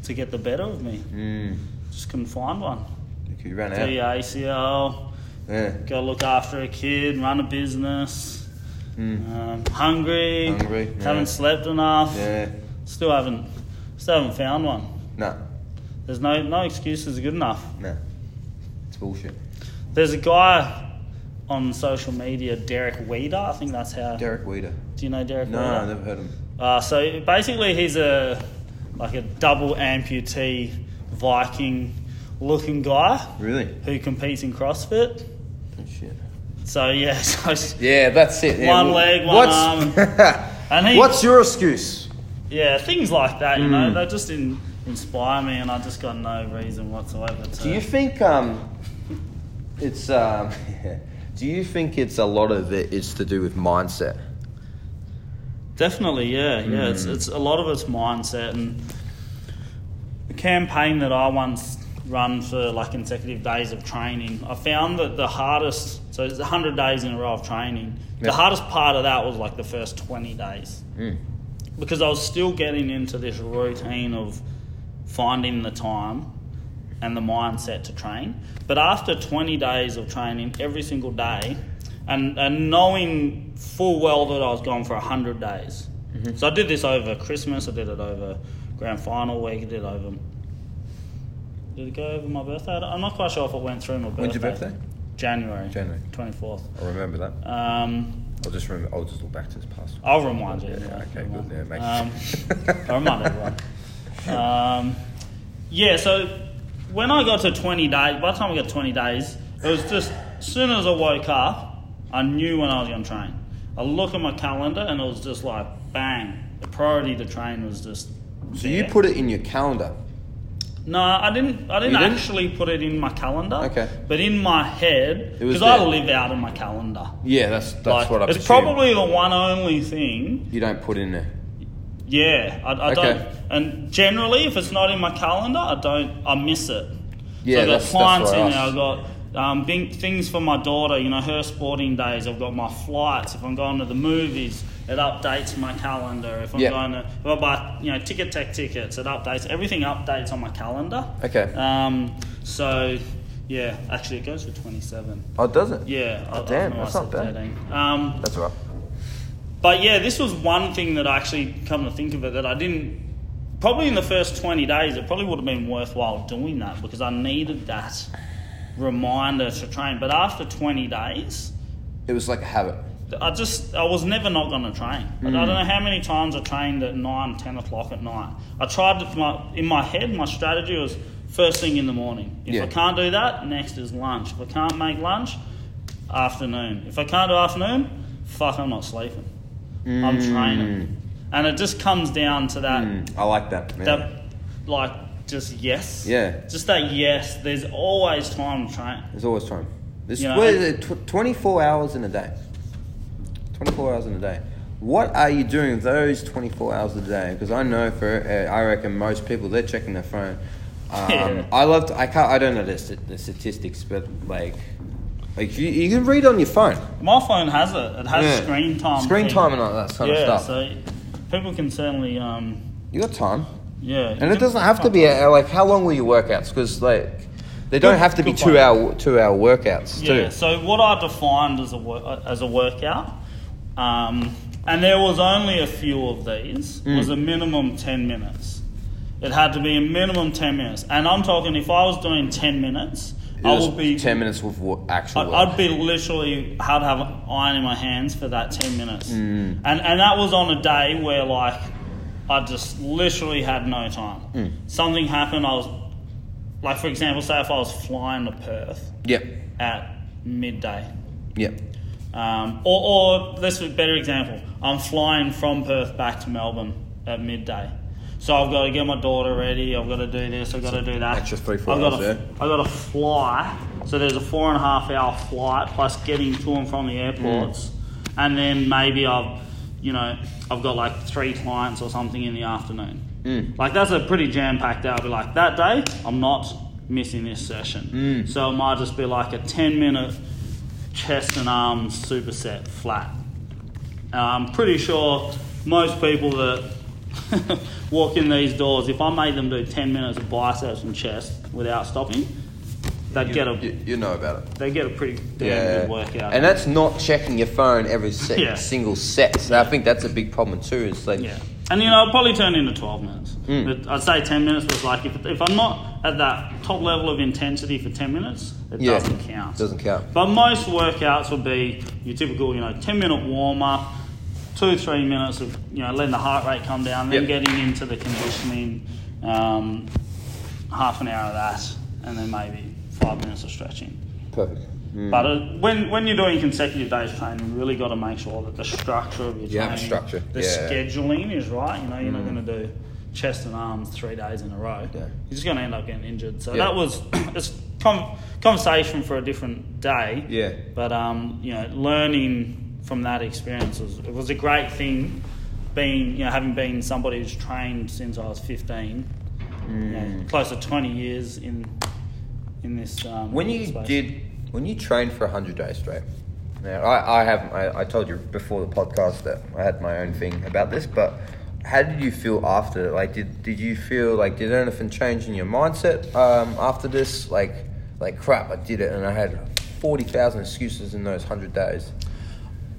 Speaker 2: to get the better of me.
Speaker 3: Mm. Hmm.
Speaker 2: Just couldn't find one.
Speaker 3: You ran
Speaker 2: Do
Speaker 3: out.
Speaker 2: your ACL
Speaker 3: Yeah.
Speaker 2: go look after a kid, run a business. Um, hungry,
Speaker 3: Hmm. Hungry, yeah.
Speaker 2: haven't slept enough,
Speaker 3: Yeah.
Speaker 2: still haven't, still haven't found one.
Speaker 3: No.
Speaker 2: There's no no excuses good enough.
Speaker 3: No. It's bullshit.
Speaker 2: There's a guy on social media, Derek Weeder. I think that's how.
Speaker 3: Derek Weeder.
Speaker 2: Do you know Derek
Speaker 3: No,
Speaker 2: Weeder?
Speaker 3: I never heard of him.
Speaker 2: Uh, so basically, he's a like a double amputee Viking looking guy
Speaker 3: Really?
Speaker 2: who competes in CrossFit.
Speaker 3: Oh, shit.
Speaker 2: So yeah, so
Speaker 3: Yeah, that's it. Yeah,
Speaker 2: One
Speaker 3: wh-
Speaker 2: leg, one And he-
Speaker 3: what's your excuse?
Speaker 2: Yeah, things like that, you
Speaker 3: Mm.
Speaker 2: know, they just in, inspire me, and I just got no reason whatsoever to.
Speaker 3: Do you think um, it's um, do you think it's a lot of it is to do with mindset?
Speaker 2: Definitely, yeah, yeah. It's
Speaker 3: Mm.
Speaker 2: it's a lot of it's mindset and the campaign that I once run for like consecutive days of training. I found that the hardest, so it's hundred days in a row of training.
Speaker 3: Yeah.
Speaker 2: The hardest part of that was like the first twenty days because I was still getting into this routine of finding the time and the mindset to train. But after 20 days of training every single day, and, and knowing full well that I was going for 100 days.
Speaker 3: Mm-hmm.
Speaker 2: So I did this over Christmas, I did it over grand final week, I did it over. Did it go over my birthday? I don't- I'm not quite sure if it went through my birthday.
Speaker 3: When's your birthday?
Speaker 2: January.
Speaker 3: January.
Speaker 2: 24th.
Speaker 3: I remember that.
Speaker 2: Um,
Speaker 3: I'll just remember. I'll just look back to this past.
Speaker 2: I'll remind you.
Speaker 3: Yeah,
Speaker 2: anyway,
Speaker 3: okay,
Speaker 2: if you
Speaker 3: good, yeah,
Speaker 2: want.
Speaker 3: mate.
Speaker 2: Um, I'll remind everyone. Um, yeah, so when I got to 20 days, by the time I got 20 days, it was just as soon as I woke up, I knew when I was going to train. I look at my calendar and it was just like bang. The priority to train was just.
Speaker 3: So you
Speaker 2: there.
Speaker 3: put it in your calendar.
Speaker 2: No, I didn't. I didn't,
Speaker 3: You didn't?
Speaker 2: actually put it in my calendar.
Speaker 3: Okay.
Speaker 2: But in my head,
Speaker 3: It was
Speaker 2: because I
Speaker 3: there.
Speaker 2: live out of my calendar.
Speaker 3: Yeah, that's that's
Speaker 2: Like,
Speaker 3: what I.
Speaker 2: it's probably the one only thing
Speaker 3: you don't put in there.
Speaker 2: Yeah, I, I
Speaker 3: Okay.
Speaker 2: don't. And generally, if it's not in my calendar, I don't. I miss it.
Speaker 3: Yeah,
Speaker 2: so I've got
Speaker 3: that's- that's
Speaker 2: clients
Speaker 3: what I
Speaker 2: in there.
Speaker 3: asked.
Speaker 2: I've got um, big things for my daughter. You know, her sporting days. I've got my flights. If I'm going to the movies, it updates my calendar. If I'm
Speaker 3: Yeah.
Speaker 2: going to, if I buy, you know, ticket tech tickets, it updates. Everything updates on my calendar.
Speaker 3: Okay.
Speaker 2: Um, So, yeah, actually, it goes for 27.
Speaker 1: Oh, does it?
Speaker 2: Yeah.
Speaker 1: Oh, damn,
Speaker 2: know
Speaker 1: that's
Speaker 2: I
Speaker 1: not
Speaker 2: said
Speaker 1: bad.
Speaker 2: 13. Um,
Speaker 1: That's all right.
Speaker 2: but yeah, this was one thing that I actually come to think of it that I didn't. Probably in the first 20 days, it probably would have been worthwhile doing that because I needed that reminder to train. But after 20 days,
Speaker 3: It was like a habit.
Speaker 2: I just I was never not going to train. Like,
Speaker 3: Mm.
Speaker 2: I don't know how many times I trained at nine, ten o'clock at night. I tried to, my, in my head. My strategy was first thing in the morning. If
Speaker 3: Yeah.
Speaker 2: I can't do that, next is lunch. If I can't make lunch, afternoon. If I can't do afternoon, fuck, I'm not sleeping. I'm
Speaker 3: Mm.
Speaker 2: training, and it just comes down to that
Speaker 3: I like that. Mm. yeah.
Speaker 2: that like just yes,
Speaker 3: Yeah.
Speaker 2: just that yes. There's always time to train.
Speaker 3: There's always time. This
Speaker 2: You know,
Speaker 3: what
Speaker 2: and-
Speaker 3: is it? Tw- 24 hours in a day. 24 hours in a day. What are you doing those 24 hours a day? Because I know for uh, I reckon most people they're checking their phone. Um,
Speaker 2: Yeah.
Speaker 3: I love. To, I can't. I don't know the, st- the statistics, but like, like you, you can read on your phone.
Speaker 2: My phone has it. It has
Speaker 3: Yeah.
Speaker 2: screen time.
Speaker 3: Screen
Speaker 2: feature.
Speaker 3: time and all that kind
Speaker 2: yeah,
Speaker 3: of stuff.
Speaker 2: so people can certainly, um,
Speaker 3: you got time,
Speaker 2: yeah.
Speaker 3: and it doesn't have to be uh, like how long will your workouts? Because like they don't
Speaker 2: Good-
Speaker 3: have to be
Speaker 2: good
Speaker 3: two
Speaker 2: point.
Speaker 3: hour two hour workouts too.
Speaker 2: Yeah. So what I defined as a wor- as a workout, um, and there was only a few of these,
Speaker 3: Mm.
Speaker 2: was a minimum ten minutes. It had to be a minimum ten minutes, and I'm talking if I was doing ten minutes, I
Speaker 3: Just
Speaker 2: would be
Speaker 3: ten minutes with wo- actual.
Speaker 2: I-
Speaker 3: work.
Speaker 2: I'd be literally had to have an iron in my hands for that ten minutes,
Speaker 3: Mm.
Speaker 2: and and that was on a day where like I just literally had no time.
Speaker 3: Mm.
Speaker 2: Something happened. I was like, for example, say if I was flying to Perth
Speaker 3: Yep.
Speaker 2: at midday,
Speaker 3: Yep.
Speaker 2: um, or, or let's a better example. I'm flying from Perth back to Melbourne at midday. So I've got to get my daughter ready. I've got to do this. I've got to do that.
Speaker 3: Extra three, four
Speaker 2: I've got
Speaker 3: hours
Speaker 2: to,
Speaker 3: there.
Speaker 2: I've got to fly. So there's a four and a half hour flight plus getting to and from the airports, and then maybe I've, you know, I've got like three clients or something in the afternoon. Like that's a pretty jam packed day. I'll be like that day. I'm not missing this session. So it might just be like a ten minute chest and arms superset flat. Uh, I'm pretty sure most people that walk in these doors, if I made them do 10 minutes of biceps and chest without stopping, they'd get
Speaker 3: You,
Speaker 2: a
Speaker 3: you know about it.
Speaker 2: they get a pretty damn good workout.
Speaker 3: And that's not checking your phone every se-
Speaker 2: Yeah.
Speaker 3: single set. So I think that's a big problem too. It's like,
Speaker 2: yeah, and you know, it'll probably turn into 12 minutes.
Speaker 3: Hmm.
Speaker 2: But I'd say 10 minutes was like if, if I'm not at that top level of intensity for 10 minutes, it
Speaker 3: Yeah.
Speaker 2: doesn't count.
Speaker 3: Doesn't count.
Speaker 2: But most workouts would be your typical, you know, 10 minute warm up, two, three minutes of, you know, letting the heart rate come down, then
Speaker 3: Yep.
Speaker 2: getting into the conditioning, um, half an hour of that, and then maybe five minutes of stretching.
Speaker 3: perfect.
Speaker 2: But uh, when, when you're doing consecutive days training, you really got to make sure that the structure of your
Speaker 3: You have
Speaker 2: training,
Speaker 3: structure,
Speaker 2: the
Speaker 3: yeah. Hmm.
Speaker 2: scheduling is right. You know, you're not going to do chest and arms three days in a row.
Speaker 3: Yeah.
Speaker 2: You're just going to end up getting injured. So
Speaker 3: Yeah.
Speaker 2: that was it's com- conversation for a different day.
Speaker 3: Yeah.
Speaker 2: But um, you know, learning from that experience was it was a great thing. Being you know, having been somebody who's trained since I was 15, you know,
Speaker 3: Mm.
Speaker 2: close to 20 years in in this. Um,
Speaker 3: When you
Speaker 2: space.
Speaker 3: did, when you trained for hundred days straight. Now I, I have I, I told you before the podcast that I had my own thing about this, but how did you feel after? Like, did did you feel like did anything change in your mindset um, after this? Like, like crap, I did it, and I had forty thousand excuses in those hundred days.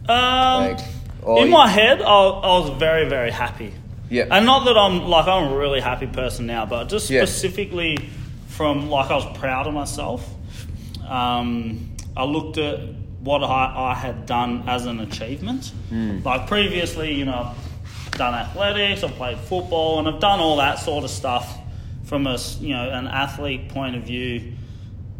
Speaker 2: Um,
Speaker 3: Like, or
Speaker 2: in
Speaker 3: you-
Speaker 2: my head, I, I was very, very happy.
Speaker 3: Yeah.
Speaker 2: And not that I'm like I'm a really happy person now, but just
Speaker 3: Yeah.
Speaker 2: specifically from like I was proud of myself. Um, I looked at what I, I had done as an achievement. Like previously, you know, I've done athletics, I've played football, and I've done all that sort of stuff from a s- you know an athlete point of view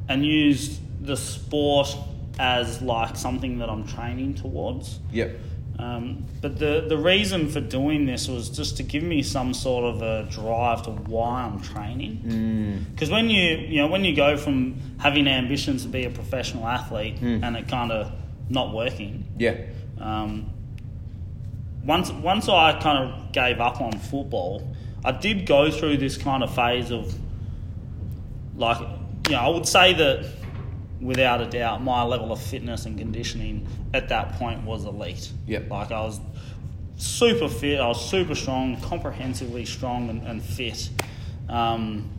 Speaker 2: and used the sport as like something that I'm training towards.
Speaker 3: Yep.
Speaker 2: Um, but the, the reason for doing this was just to give me some sort of a drive to why I'm training. Because when you you know when you go from having ambitions to be a professional athlete and it kind of not working,
Speaker 3: Yeah.
Speaker 2: um, once once I kind of gave up on football, I did go through this kind of phase of like you know I would say that without a doubt my level of fitness and conditioning at that point was elite.
Speaker 3: Yep.
Speaker 2: Like I was super fit, I was super strong, comprehensively strong and, and fit. Um,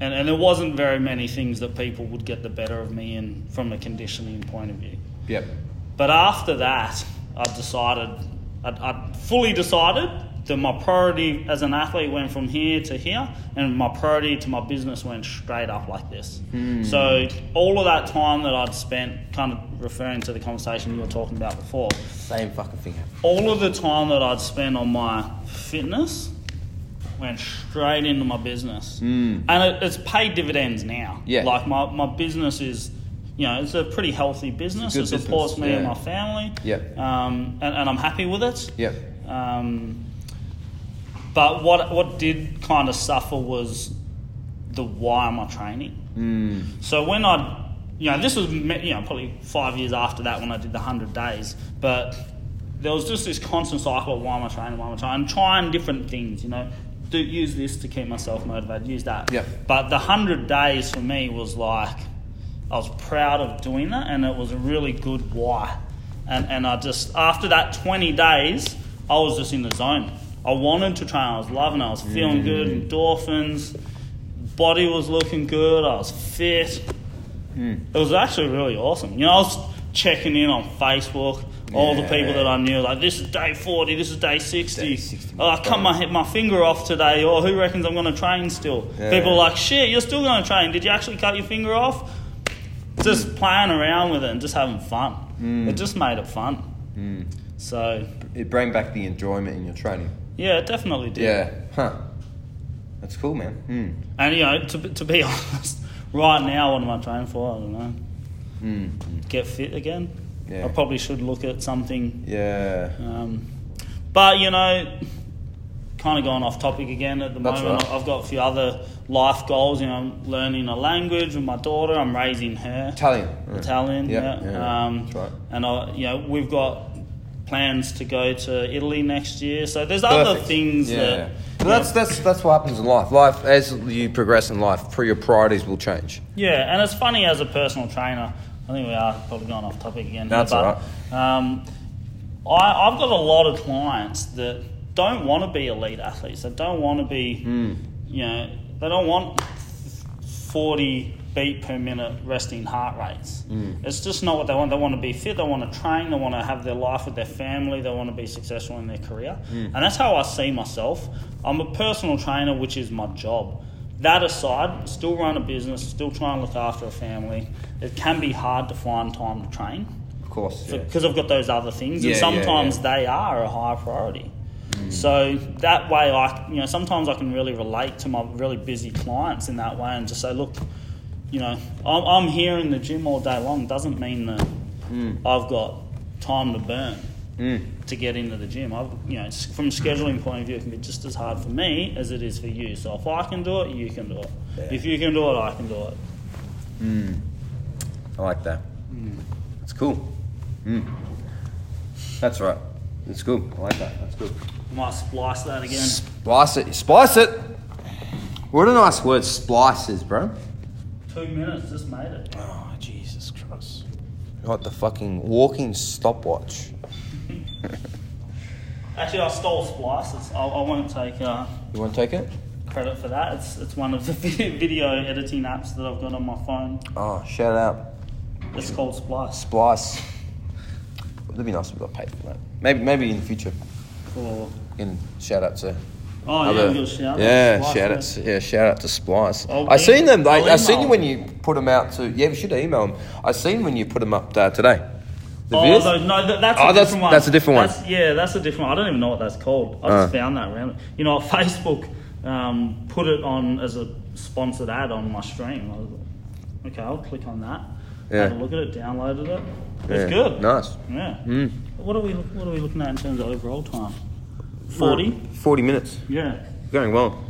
Speaker 2: And, and there wasn't very many things that people would get the better of me in from a conditioning point of view.
Speaker 3: Yep.
Speaker 2: But after that, I decided, I, I fully decided that my priority as an athlete went from here to here, and my priority to my business went straight up like this. So all of that time that I'd spent, kind of referring to the conversation you were talking about before,
Speaker 3: Same fucking thing happened.
Speaker 2: all of the time that I'd spent on my fitness went straight into my business. Mm. And it, it's paid dividends now.
Speaker 3: Hmm. Yeah.
Speaker 2: Like my, my business is, you know, it's a pretty healthy business.
Speaker 3: It's a
Speaker 2: It
Speaker 3: good
Speaker 2: supports
Speaker 3: business,
Speaker 2: me and
Speaker 3: yeah.
Speaker 2: my family.
Speaker 3: Yep.
Speaker 2: Um, and, and I'm happy with it.
Speaker 3: Yep.
Speaker 2: Um, but what what did kind of suffer was the why am I training? Mm. So when I, you know, this was me- you know probably five years after that when I did the hundred days, but there was just this constant cycle of why am I training, why am I training, and trying different things, you know. Do, use this to keep myself motivated. Use that.
Speaker 3: Yep.
Speaker 2: But the hundred days for me was like, I was proud of doing that, and it was a really good why. And and I just after that twenty days, I was just in the zone. I wanted to train. I was loving. it. I was feeling good. Endorphins. Body was looking good. I was fit. It was actually really awesome. You know, I was checking in on Facebook. All the people that I knew, like this is day forty, this is day sixty.
Speaker 3: Day 60,
Speaker 2: oh, I cut my hit my finger off today. Or who reckons I'm going to train still? People are like, shit, you're still going to train. Did you actually cut your finger off? just playing around with it and just having fun.
Speaker 3: Hmm.
Speaker 2: It just made it fun. So
Speaker 3: It brought back the enjoyment in your training.
Speaker 2: yeah, it definitely did.
Speaker 3: Yeah. Huh. That's cool, man. Hmm.
Speaker 2: And you know, to be- to be honest, right now, what am I training for? I don't know. Get fit again.
Speaker 3: Hmm. Yeah.
Speaker 2: I probably should look at something.
Speaker 3: Yeah.
Speaker 2: Um, but you know, kind of going off topic again at the
Speaker 3: That's
Speaker 2: moment.
Speaker 3: right.
Speaker 2: I've got a few other life goals. You know, I'm learning a language with my daughter. I'm raising her. Mm.
Speaker 3: Italian. Yeah.
Speaker 2: Italian.
Speaker 3: Yep,
Speaker 2: Yeah.
Speaker 3: yeah,
Speaker 2: Um,
Speaker 3: that's right.
Speaker 2: And I, you know, we've got plans to go to Italy next year. So there's other
Speaker 3: Perfect.
Speaker 2: things
Speaker 3: Yeah.
Speaker 2: that.
Speaker 3: But that's that's that's what happens in life. Life as you progress in life, pri- your priorities will change.
Speaker 2: Yeah, and it's funny as a personal trainer. I think we are probably going off topic again.
Speaker 3: That's
Speaker 2: here,
Speaker 3: all
Speaker 2: but, Um, I, I've got a lot of clients that don't want to be elite athletes. They don't want to be, you know, they don't want forty beat per minute resting heart rates. It's just not what they want. They want to be fit. They want to train. They want to have their life with their family. They want to be successful in their career. And that's how I see myself. I'm a personal trainer, which is my job that aside, still run a business, still try and look after a family. It can be hard to find time to train
Speaker 3: Of course. Yeah.
Speaker 2: because I've got those other things,
Speaker 3: Yeah,
Speaker 2: and
Speaker 3: yeah,
Speaker 2: sometimes
Speaker 3: yeah.
Speaker 2: they are a higher priority. So that way, I you know sometimes I can really relate to my really busy clients in that way, and just say, look, you know, I'm, I'm here in the gym all day long. Doesn't mean that
Speaker 3: Hmm.
Speaker 2: I've got time to burn to get into the gym. I've you know s- from a scheduling point of view, it can be just as hard for me as it is for you. So if I can do it, you can do it. If you can do it, I can do it.
Speaker 3: I like that.
Speaker 2: Hmm.
Speaker 3: It's cool. Mm. That's right. It's cool. I like that. That's good.
Speaker 2: might splice that again.
Speaker 3: Splice it. Splice it. What a nice word, splices, bro.
Speaker 2: Two minutes just made it.
Speaker 3: Oh Jesus Christ! Like the fucking walking stopwatch.
Speaker 2: Actually, I stole Splice. I, I won't take uh,
Speaker 3: You want to take it?
Speaker 2: credit for that. It's, it's one of the vi- video editing apps that I've got on my phone.
Speaker 3: Oh, shout out.
Speaker 2: It's called Splice
Speaker 3: Splice. It'd be nice if we got paid for that. Maybe, maybe in the future.
Speaker 2: for.
Speaker 3: In shout out to.
Speaker 2: Oh, yeah,
Speaker 3: other-
Speaker 2: we'll shout out
Speaker 3: yeah,
Speaker 2: Splice,
Speaker 3: shout
Speaker 2: yeah.
Speaker 3: out. to- Yeah, shout out to Splice.
Speaker 2: I'll
Speaker 3: I seen them.
Speaker 2: email-
Speaker 3: Like,
Speaker 2: I'll
Speaker 3: I seen
Speaker 2: email
Speaker 3: when you put them out to. Yeah, we should email them. I seen when you put them up uh, today. The
Speaker 2: Oh,
Speaker 3: videos?
Speaker 2: those, no, th- that's a
Speaker 3: Oh, that's-
Speaker 2: different one.
Speaker 3: that's a different one. Ah.
Speaker 2: That's- yeah, that's a different one. I don't even know what that's called. I just found that randomly. You know, Facebook um, put it on as a sponsored ad on my stream. I was like, okay, I'll click on that.
Speaker 3: Yeah.
Speaker 2: Had a look at it, downloaded it. It's
Speaker 3: Yeah,
Speaker 2: good.
Speaker 3: Nice.
Speaker 2: Yeah.
Speaker 3: Hmm.
Speaker 2: What are we What are we looking at in terms of overall time? Forty. Mm.
Speaker 3: 40 minutes.
Speaker 2: Yeah.
Speaker 3: Going well.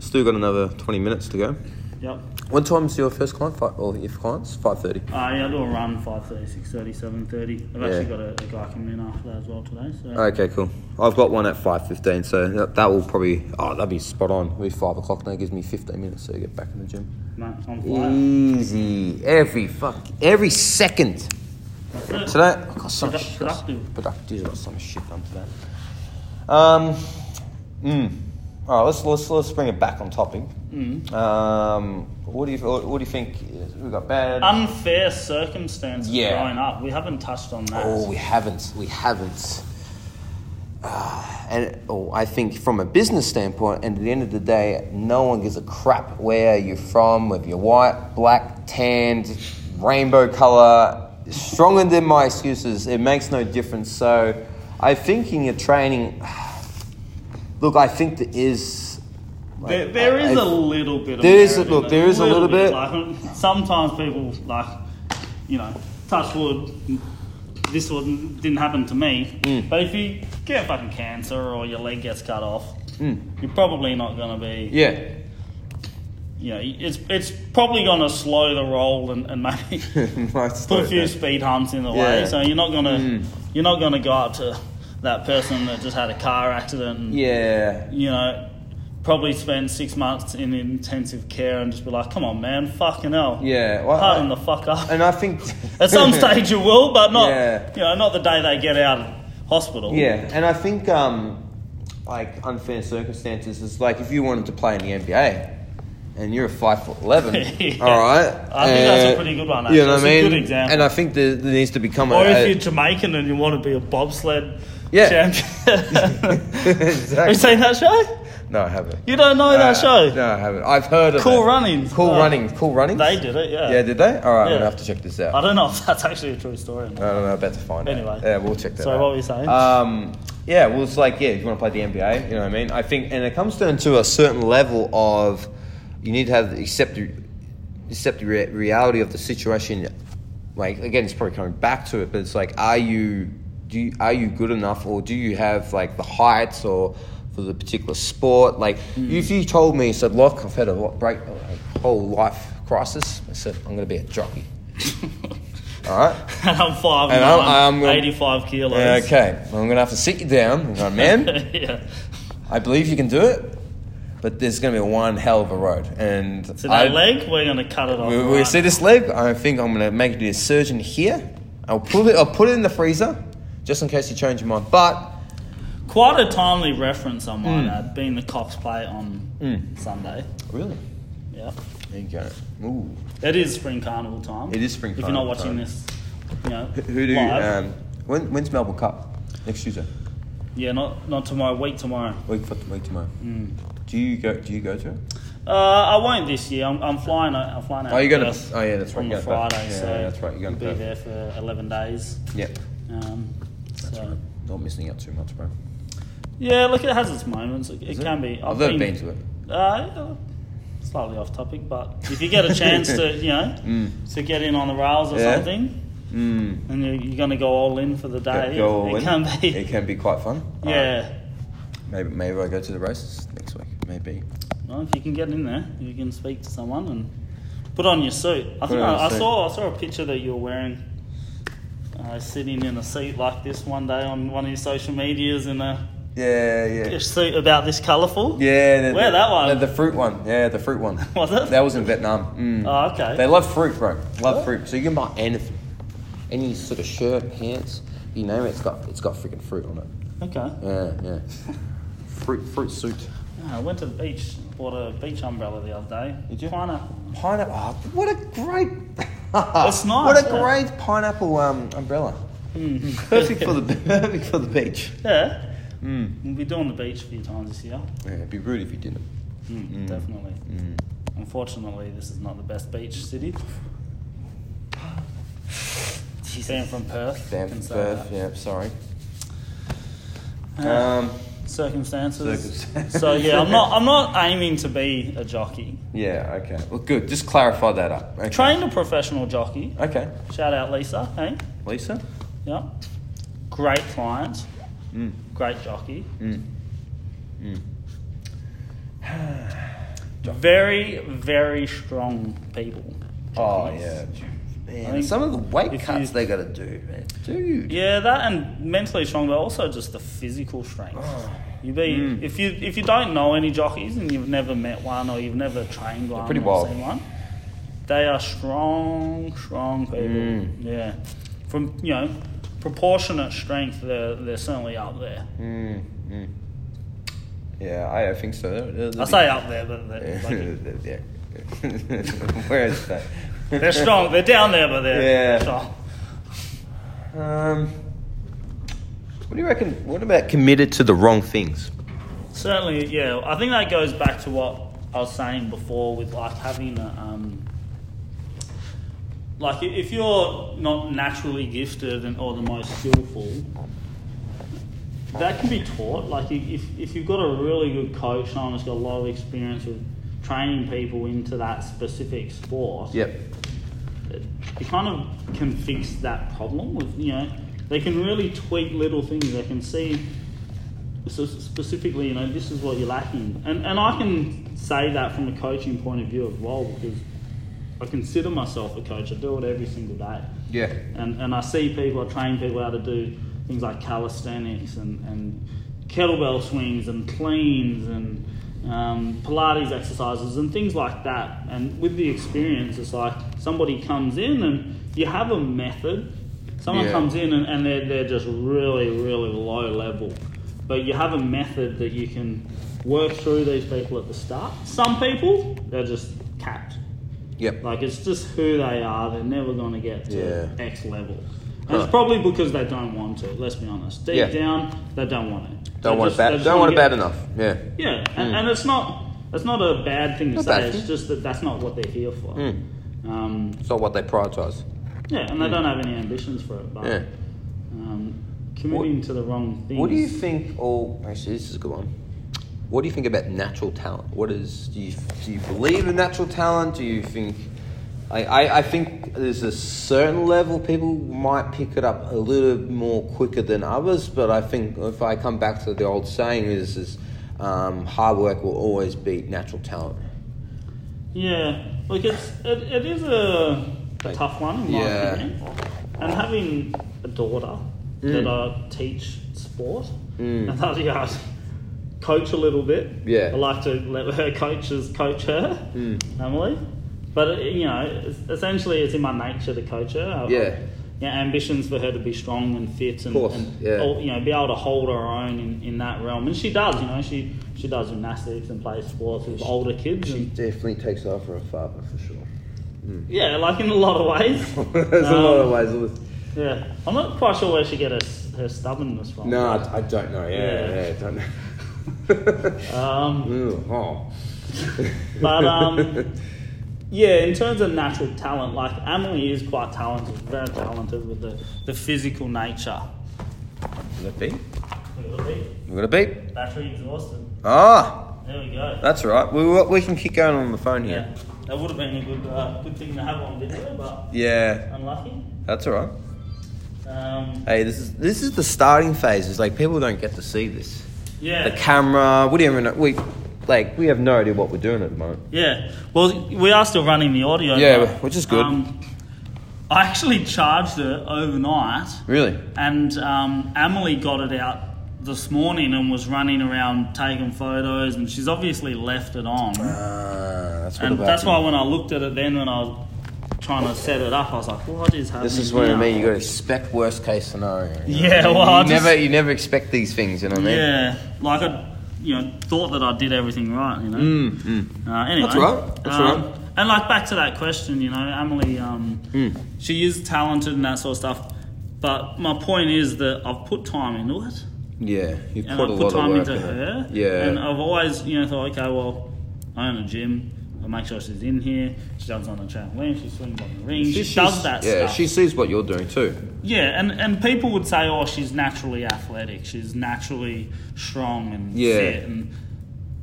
Speaker 3: Still got another 20 minutes to go.
Speaker 2: Yep.
Speaker 3: What time's your first client fight? Or if clients? 5.30.
Speaker 2: Uh, yeah, I do a run 5.30, 6.30, 7.30. I've
Speaker 3: Yeah.
Speaker 2: actually got a, a guy coming in after that as well today. So
Speaker 3: Okay, cool. I've got one at five fifteen, so that, that will probably oh that'll be spot on. It'll be five o'clock now. It gives me fifteen minutes to get back in the gym.
Speaker 2: mate, I'm flying.
Speaker 3: Easy, every fuck, every second.
Speaker 2: That's it.
Speaker 3: Today, I got some
Speaker 2: Product-
Speaker 3: shit.
Speaker 2: productive.
Speaker 3: Productive. I got some shit done today. hmm. Um, mm. All right, let's let's let's bring it back on topic. Um, what do you what, what do you think? is- We got bad.
Speaker 2: Unfair circumstances
Speaker 3: Yeah.
Speaker 2: growing up. We haven't touched on that.
Speaker 3: Oh, we haven't. We haven't. Ah, and oh, I think from a business standpoint, and at the end of the day, no one gives a crap where you're from, whether you're white, black, tanned, rainbow color. Stronger than my excuses, it makes no difference. So, I think in your training, look, I think there is. like,
Speaker 2: There, there
Speaker 3: I-
Speaker 2: is
Speaker 3: I-
Speaker 2: a little bit. Of
Speaker 3: There is
Speaker 2: merit
Speaker 3: a- look,
Speaker 2: in it.
Speaker 3: there is a little bit.
Speaker 2: Like, sometimes people like, you know, touch wood. This one didn't happen to me.
Speaker 3: Mm.
Speaker 2: But if you get fucking cancer or your leg gets cut off, you're probably not gonna be.
Speaker 3: Mm. Yeah,
Speaker 2: You know, it's it's probably gonna slow the roll and, and maybe put a few speed humps in the
Speaker 3: Yeah. Mm.
Speaker 2: way. So you're not gonna you're not gonna go up to that person that just had a car accident. And,
Speaker 3: yeah,
Speaker 2: you know, probably spend six months in intensive care and just be like, come on, man, fucking hell.
Speaker 3: yeah. Well,
Speaker 2: Harden
Speaker 3: I-
Speaker 2: the fuck up.
Speaker 3: and I think
Speaker 2: At some stage you will, but not,
Speaker 3: Yeah.
Speaker 2: you know, not the day they get out of hospital.
Speaker 3: Yeah, and I think um, like unfair circumstances is like if you wanted to play in the NBA and you're a five foot eleven,
Speaker 2: Yeah.
Speaker 3: all right.
Speaker 2: I think that's a
Speaker 3: and-
Speaker 2: pretty good one,
Speaker 3: You know what I
Speaker 2: actually.
Speaker 3: mean?
Speaker 2: It's a good example.
Speaker 3: And I think there, there needs to become
Speaker 2: Or
Speaker 3: a,
Speaker 2: if
Speaker 3: a-
Speaker 2: you're Jamaican and you want to be a bobsled
Speaker 3: Uh, Yeah.
Speaker 2: champion. Have you
Speaker 3: exactly.
Speaker 2: seen that show?
Speaker 1: No, I haven't.
Speaker 2: You don't know that
Speaker 3: Uh,
Speaker 2: show?
Speaker 3: No, I haven't. I've heard of
Speaker 2: Cool
Speaker 3: it.
Speaker 2: Runnings.
Speaker 3: Cool
Speaker 2: Oh.
Speaker 3: running. Cool running.
Speaker 2: They did it, yeah.
Speaker 3: Yeah, did they? All right, I'm
Speaker 2: Yeah.
Speaker 3: gonna have to check this out.
Speaker 2: I don't know if that's actually a true story. or not.
Speaker 3: I don't know about to find
Speaker 2: Anyway.
Speaker 3: out. Yeah, we'll check that
Speaker 2: Sorry,
Speaker 3: out.
Speaker 2: what were you saying?
Speaker 3: Um, yeah, well, it's like, yeah, if you want to play the NBA, you know what I mean? I think, and it comes down to a certain level of you need to have accept the, accept the re- reality of the situation. Like, again, it's probably coming back to it, but it's like, are you, do you, are you good enough or do you have, like, the heights or for the particular sport? Like,
Speaker 2: Hmm.
Speaker 3: if you told me, said, look, I've had a lot, break, a whole life crisis, I said, I'm going to be a jockey. All right?
Speaker 2: and I'm five
Speaker 3: and
Speaker 2: and
Speaker 3: I'm- I'm-
Speaker 2: 85 kilos.
Speaker 3: Yeah, okay, well, I'm gonna have to sit you down. I'm going, man,
Speaker 2: yeah.
Speaker 3: I believe you can do it, but there's gonna be one hell of a road. And
Speaker 2: So
Speaker 3: I,
Speaker 2: that leg, we're going to cut it off.
Speaker 3: we, we
Speaker 2: right?
Speaker 3: see this leg. I think I'm gonna make it a surgeon here. I'll put it. I'll put it in the freezer, just in case you change your mind. But
Speaker 2: Quite a timely reference, I might
Speaker 3: Mm.
Speaker 2: add, being the cops play on Sunday.
Speaker 3: really,
Speaker 2: Yeah.
Speaker 3: there you go. Ooh,
Speaker 2: It is spring carnival time.
Speaker 3: It is spring
Speaker 2: If you're not
Speaker 3: carnival
Speaker 2: watching
Speaker 3: time.
Speaker 2: this, you know.
Speaker 3: who do? you-
Speaker 2: live.
Speaker 3: Um, when, when's Melbourne Cup? Next Tuesday.
Speaker 2: yeah, not not tomorrow, week tomorrow.
Speaker 3: Week for week tomorrow.
Speaker 2: Mm.
Speaker 3: Do you go? Do you go to it?
Speaker 2: Uh, I won't this year. I'm, I'm flying out. I'm flying out
Speaker 3: Oh, you
Speaker 2: to
Speaker 3: gotta-
Speaker 2: Perth
Speaker 3: oh, yeah, that's right,
Speaker 2: On
Speaker 3: you
Speaker 2: the
Speaker 3: gotta Perth.
Speaker 2: Friday,
Speaker 3: Yeah,
Speaker 2: so
Speaker 3: yeah, that's right, you gotta
Speaker 2: be
Speaker 3: Perth.
Speaker 2: there for 11 days.
Speaker 3: Yeah.
Speaker 2: Um, so.
Speaker 3: Not missing out too much, bro.
Speaker 2: Yeah, look, it has its moments. It, it can be.
Speaker 3: I've never been to it.
Speaker 2: Uh, slightly off topic, but if you get a chance to, you know, to get in on the rails or
Speaker 3: Mm. Yeah.
Speaker 2: something,
Speaker 3: Mm.
Speaker 2: and you're, you're going to go all in for the day,
Speaker 3: Go all
Speaker 2: it,
Speaker 3: in.
Speaker 2: can be.
Speaker 3: It can be quite fun.
Speaker 2: yeah.
Speaker 3: Maybe maybe I go to the races next week. Maybe.
Speaker 2: Well, if you can get in there, you can speak to someone and put on your suit. I think
Speaker 3: on
Speaker 2: I,
Speaker 3: your
Speaker 2: I
Speaker 3: suit.
Speaker 2: saw I saw a picture that you were wearing. Uh, sitting in a seat like this one day on one of your social medias in a
Speaker 3: Yeah, yeah.
Speaker 2: suit about this colourful.
Speaker 3: Yeah, the,
Speaker 2: Where
Speaker 3: the-
Speaker 2: that one?
Speaker 3: The, the fruit one. Yeah, the fruit one.
Speaker 2: Was it?
Speaker 3: That was in Vietnam. Mm.
Speaker 2: Oh, okay.
Speaker 3: They love fruit, bro. Love fruit. So you can buy anything, any sort of shirt, pants. You know, it's got it's got freaking fruit on it.
Speaker 2: okay.
Speaker 3: Yeah, yeah. fruit fruit suit.
Speaker 2: Yeah, Ah, I went to the beach, bought a beach umbrella the other day.
Speaker 3: Did you?
Speaker 2: Pineapple.
Speaker 3: Pineapple. Oh, what a great.
Speaker 2: That's nice,
Speaker 3: What a
Speaker 2: yeah. Mm.
Speaker 3: great pineapple um, umbrella. Perfect for the perfect for the beach.
Speaker 2: Yeah.
Speaker 3: Hmm.
Speaker 2: We'll be doing the beach a few times this year.
Speaker 3: Yeah, it'd be rude if you didn't.
Speaker 2: Mm,
Speaker 3: Mm-hmm.
Speaker 2: Definitely. Unfortunately, this is not the best beach city. Being from Perth.
Speaker 3: Damn
Speaker 2: can say
Speaker 3: Perth,
Speaker 2: that.
Speaker 3: yeah, sorry.
Speaker 2: Uh,
Speaker 3: Um,
Speaker 2: circumstances.
Speaker 3: circumstances.
Speaker 2: so yeah, I'm not. I'm not aiming to be a jockey.
Speaker 3: yeah, okay. Well, good. Just clarify that up. Okay.
Speaker 2: Trained a professional jockey.
Speaker 3: Okay.
Speaker 2: Shout out Lisa. Hey.
Speaker 3: Lisa?
Speaker 2: Yep. Great client.
Speaker 3: Mm.
Speaker 2: Great jockey. Very, very strong people.
Speaker 3: Oh,
Speaker 2: jockeys.
Speaker 3: yeah.
Speaker 2: I
Speaker 3: Man,
Speaker 2: think
Speaker 3: some of the weight
Speaker 2: if
Speaker 3: cuts
Speaker 2: you-
Speaker 3: they got to do, man. Dude.
Speaker 2: Yeah, that and mentally strong, but also just the physical strength. You be
Speaker 3: Mm.
Speaker 2: if you if you don't know any jockeys and you've never met one or you've never trained one
Speaker 3: pretty
Speaker 2: or
Speaker 3: wild.
Speaker 2: seen one, they are strong, strong people.
Speaker 3: Mm.
Speaker 2: Yeah, from you know
Speaker 3: Mm.
Speaker 2: proportionate strength, they're they're certainly up there.
Speaker 3: Yeah, I, I think so. They're- they're
Speaker 2: I say up there, but they're, like,
Speaker 3: big- Yeah. Where is that?
Speaker 2: they're strong. They're down there, but they're
Speaker 3: Yeah.
Speaker 2: strong.
Speaker 3: Um, what do you reckon? What about committed to the wrong things?
Speaker 2: Certainly, yeah. I think that goes back to what I was saying before with like having a, um, like i- if you're not naturally gifted and or the most skillful, that can be taught. Like i- if if you've got a really good coach, someone who's got a lot of experience with training people into that specific sport,
Speaker 1: Yep.
Speaker 2: they kind of can fix that problem with you know they can really tweak little things they can see so specifically you know this is what you're lacking and and I can say that from a coaching point of view as well because I consider myself a coach I do it every single day
Speaker 3: Yeah.
Speaker 2: and and I see people I train people how to do things like calisthenics and and kettlebell swings and cleans and um, Pilates exercises and things like that. And with the experience, it's like somebody comes in and you have a method. Someone
Speaker 3: Yeah.
Speaker 2: comes in and, and they're, they're just really, really low level. But you have a method that you can work through these people at the start. Some people, they're just capped.
Speaker 3: Yep.
Speaker 2: Like it's just who they are. They're never going to get to
Speaker 3: Yeah.
Speaker 2: X level. And
Speaker 3: Huh.
Speaker 2: It's probably because they don't want to. Let's be honest. Deep
Speaker 3: Yeah.
Speaker 2: down, they don't want it.
Speaker 1: Don't
Speaker 2: They
Speaker 1: want
Speaker 2: just-
Speaker 1: it bad.
Speaker 2: they just
Speaker 1: Don't want
Speaker 2: wanna
Speaker 1: it bad
Speaker 2: get-
Speaker 1: enough. Yeah.
Speaker 2: Yeah, and, and it's not. It's not a bad thing to
Speaker 1: Not a
Speaker 2: say.
Speaker 1: bad
Speaker 2: It's
Speaker 1: thing. Hmm.
Speaker 2: just that that's not what they're here for.
Speaker 3: Hmm,
Speaker 2: Um,
Speaker 1: It's not what they prioritise.
Speaker 2: yeah, and they don't have any ambitions for it. But
Speaker 1: Hmm. Yeah.
Speaker 2: um, committing to the wrong things.
Speaker 3: What do you think? All actually, this is a good one. What do you think about natural talent? What is do you do you believe in natural talent? Do you think? I, I, I think there's a certain level people might pick it up a little more quicker than others, but I think if I come back to the old saying is is um, hard work will always beat natural talent.
Speaker 2: Yeah, like it's it, it is a, a
Speaker 3: Like,
Speaker 2: tough one in my
Speaker 3: yeah.
Speaker 2: opinion. And having a daughter
Speaker 3: Mm.
Speaker 2: that I teach sport and that I coach a little bit.
Speaker 3: Yeah. Mm.
Speaker 2: I like to let her coaches coach her, Emily. But it, you know, it's, essentially, it's in my nature to coach her. I-
Speaker 3: Yeah.
Speaker 2: yeah, ambitions for her to be strong and fit and,
Speaker 3: Course,
Speaker 2: and
Speaker 3: yeah.
Speaker 2: all- you know be able to hold her own in, in that realm, and she does. You know, she she does gymnastics and plays sports with older kids.
Speaker 3: She
Speaker 2: and,
Speaker 3: definitely takes after her father for sure.
Speaker 2: yeah, like in a lot of ways.
Speaker 3: There's a lot of
Speaker 2: Um,
Speaker 3: ways. Of this.
Speaker 2: Yeah, I'm not quite sure where she get her, s- her stubbornness from.
Speaker 3: No, I, I don't know. Yeah,
Speaker 2: Yeah.
Speaker 3: yeah, I don't know.
Speaker 2: Um,
Speaker 3: Ooh, oh.
Speaker 2: but um, yeah, in terms of natural talent, like Emily is quite talented, very talented with the, the physical nature.
Speaker 3: Is that beep?
Speaker 2: Battery
Speaker 3: We got a beep.
Speaker 2: exhausted.
Speaker 3: Ah,
Speaker 2: There we go.
Speaker 3: that's all right. We we we can keep going on the phone
Speaker 2: yeah,
Speaker 3: here.
Speaker 2: that would have been a good uh, good thing to have on video, but
Speaker 3: Yeah,
Speaker 2: unlucky.
Speaker 3: that's all right.
Speaker 2: Um,
Speaker 3: Hey, this is this is the starting phases. Like people don't get to see this. The
Speaker 2: yeah.
Speaker 3: camera. We don't even know. We like we have no idea what we're doing at the moment.
Speaker 2: Yeah. Well, we are still running the audio.
Speaker 3: Yeah,
Speaker 2: but,
Speaker 3: which is good.
Speaker 2: Um, I actually charged it overnight,
Speaker 3: Really?
Speaker 2: and um, Emily got it out this morning and was running around taking photos, and she's obviously left it on.
Speaker 3: Ah, that's
Speaker 2: and that's why when I looked at it then, when I was trying to set it up, I was like, "What is happening?"
Speaker 3: This is what I
Speaker 2: here?"
Speaker 3: mean. You got to expect worst case scenario. you know?
Speaker 2: Yeah, well, I
Speaker 3: you
Speaker 2: just-
Speaker 3: never you never expect these things. You know what I mean?
Speaker 2: Yeah, like I, you know, thought that I did everything right. You know.
Speaker 3: Mm, mm.
Speaker 2: Uh, anyway, Um,
Speaker 3: That's all right. That's all right.
Speaker 2: And like back to that question, you know, Emily, um,
Speaker 3: Mm.
Speaker 2: she is talented and that sort of stuff. But my point is that I've put time into it,
Speaker 3: Yeah, you
Speaker 2: and
Speaker 3: put a lot
Speaker 2: I've put time
Speaker 3: of work
Speaker 2: into
Speaker 3: in it.
Speaker 2: her.
Speaker 3: Yeah.
Speaker 2: and I've always, you know, thought, okay, well, I own a gym. I make sure she's in here. She jumps on the trampoline. She swings on the ring. She, does that
Speaker 3: yeah,
Speaker 2: stuff.
Speaker 3: she sees what you're doing too.
Speaker 2: yeah, and, and people would say, oh, she's naturally athletic. She's naturally strong and
Speaker 3: Yeah.
Speaker 2: fit. And,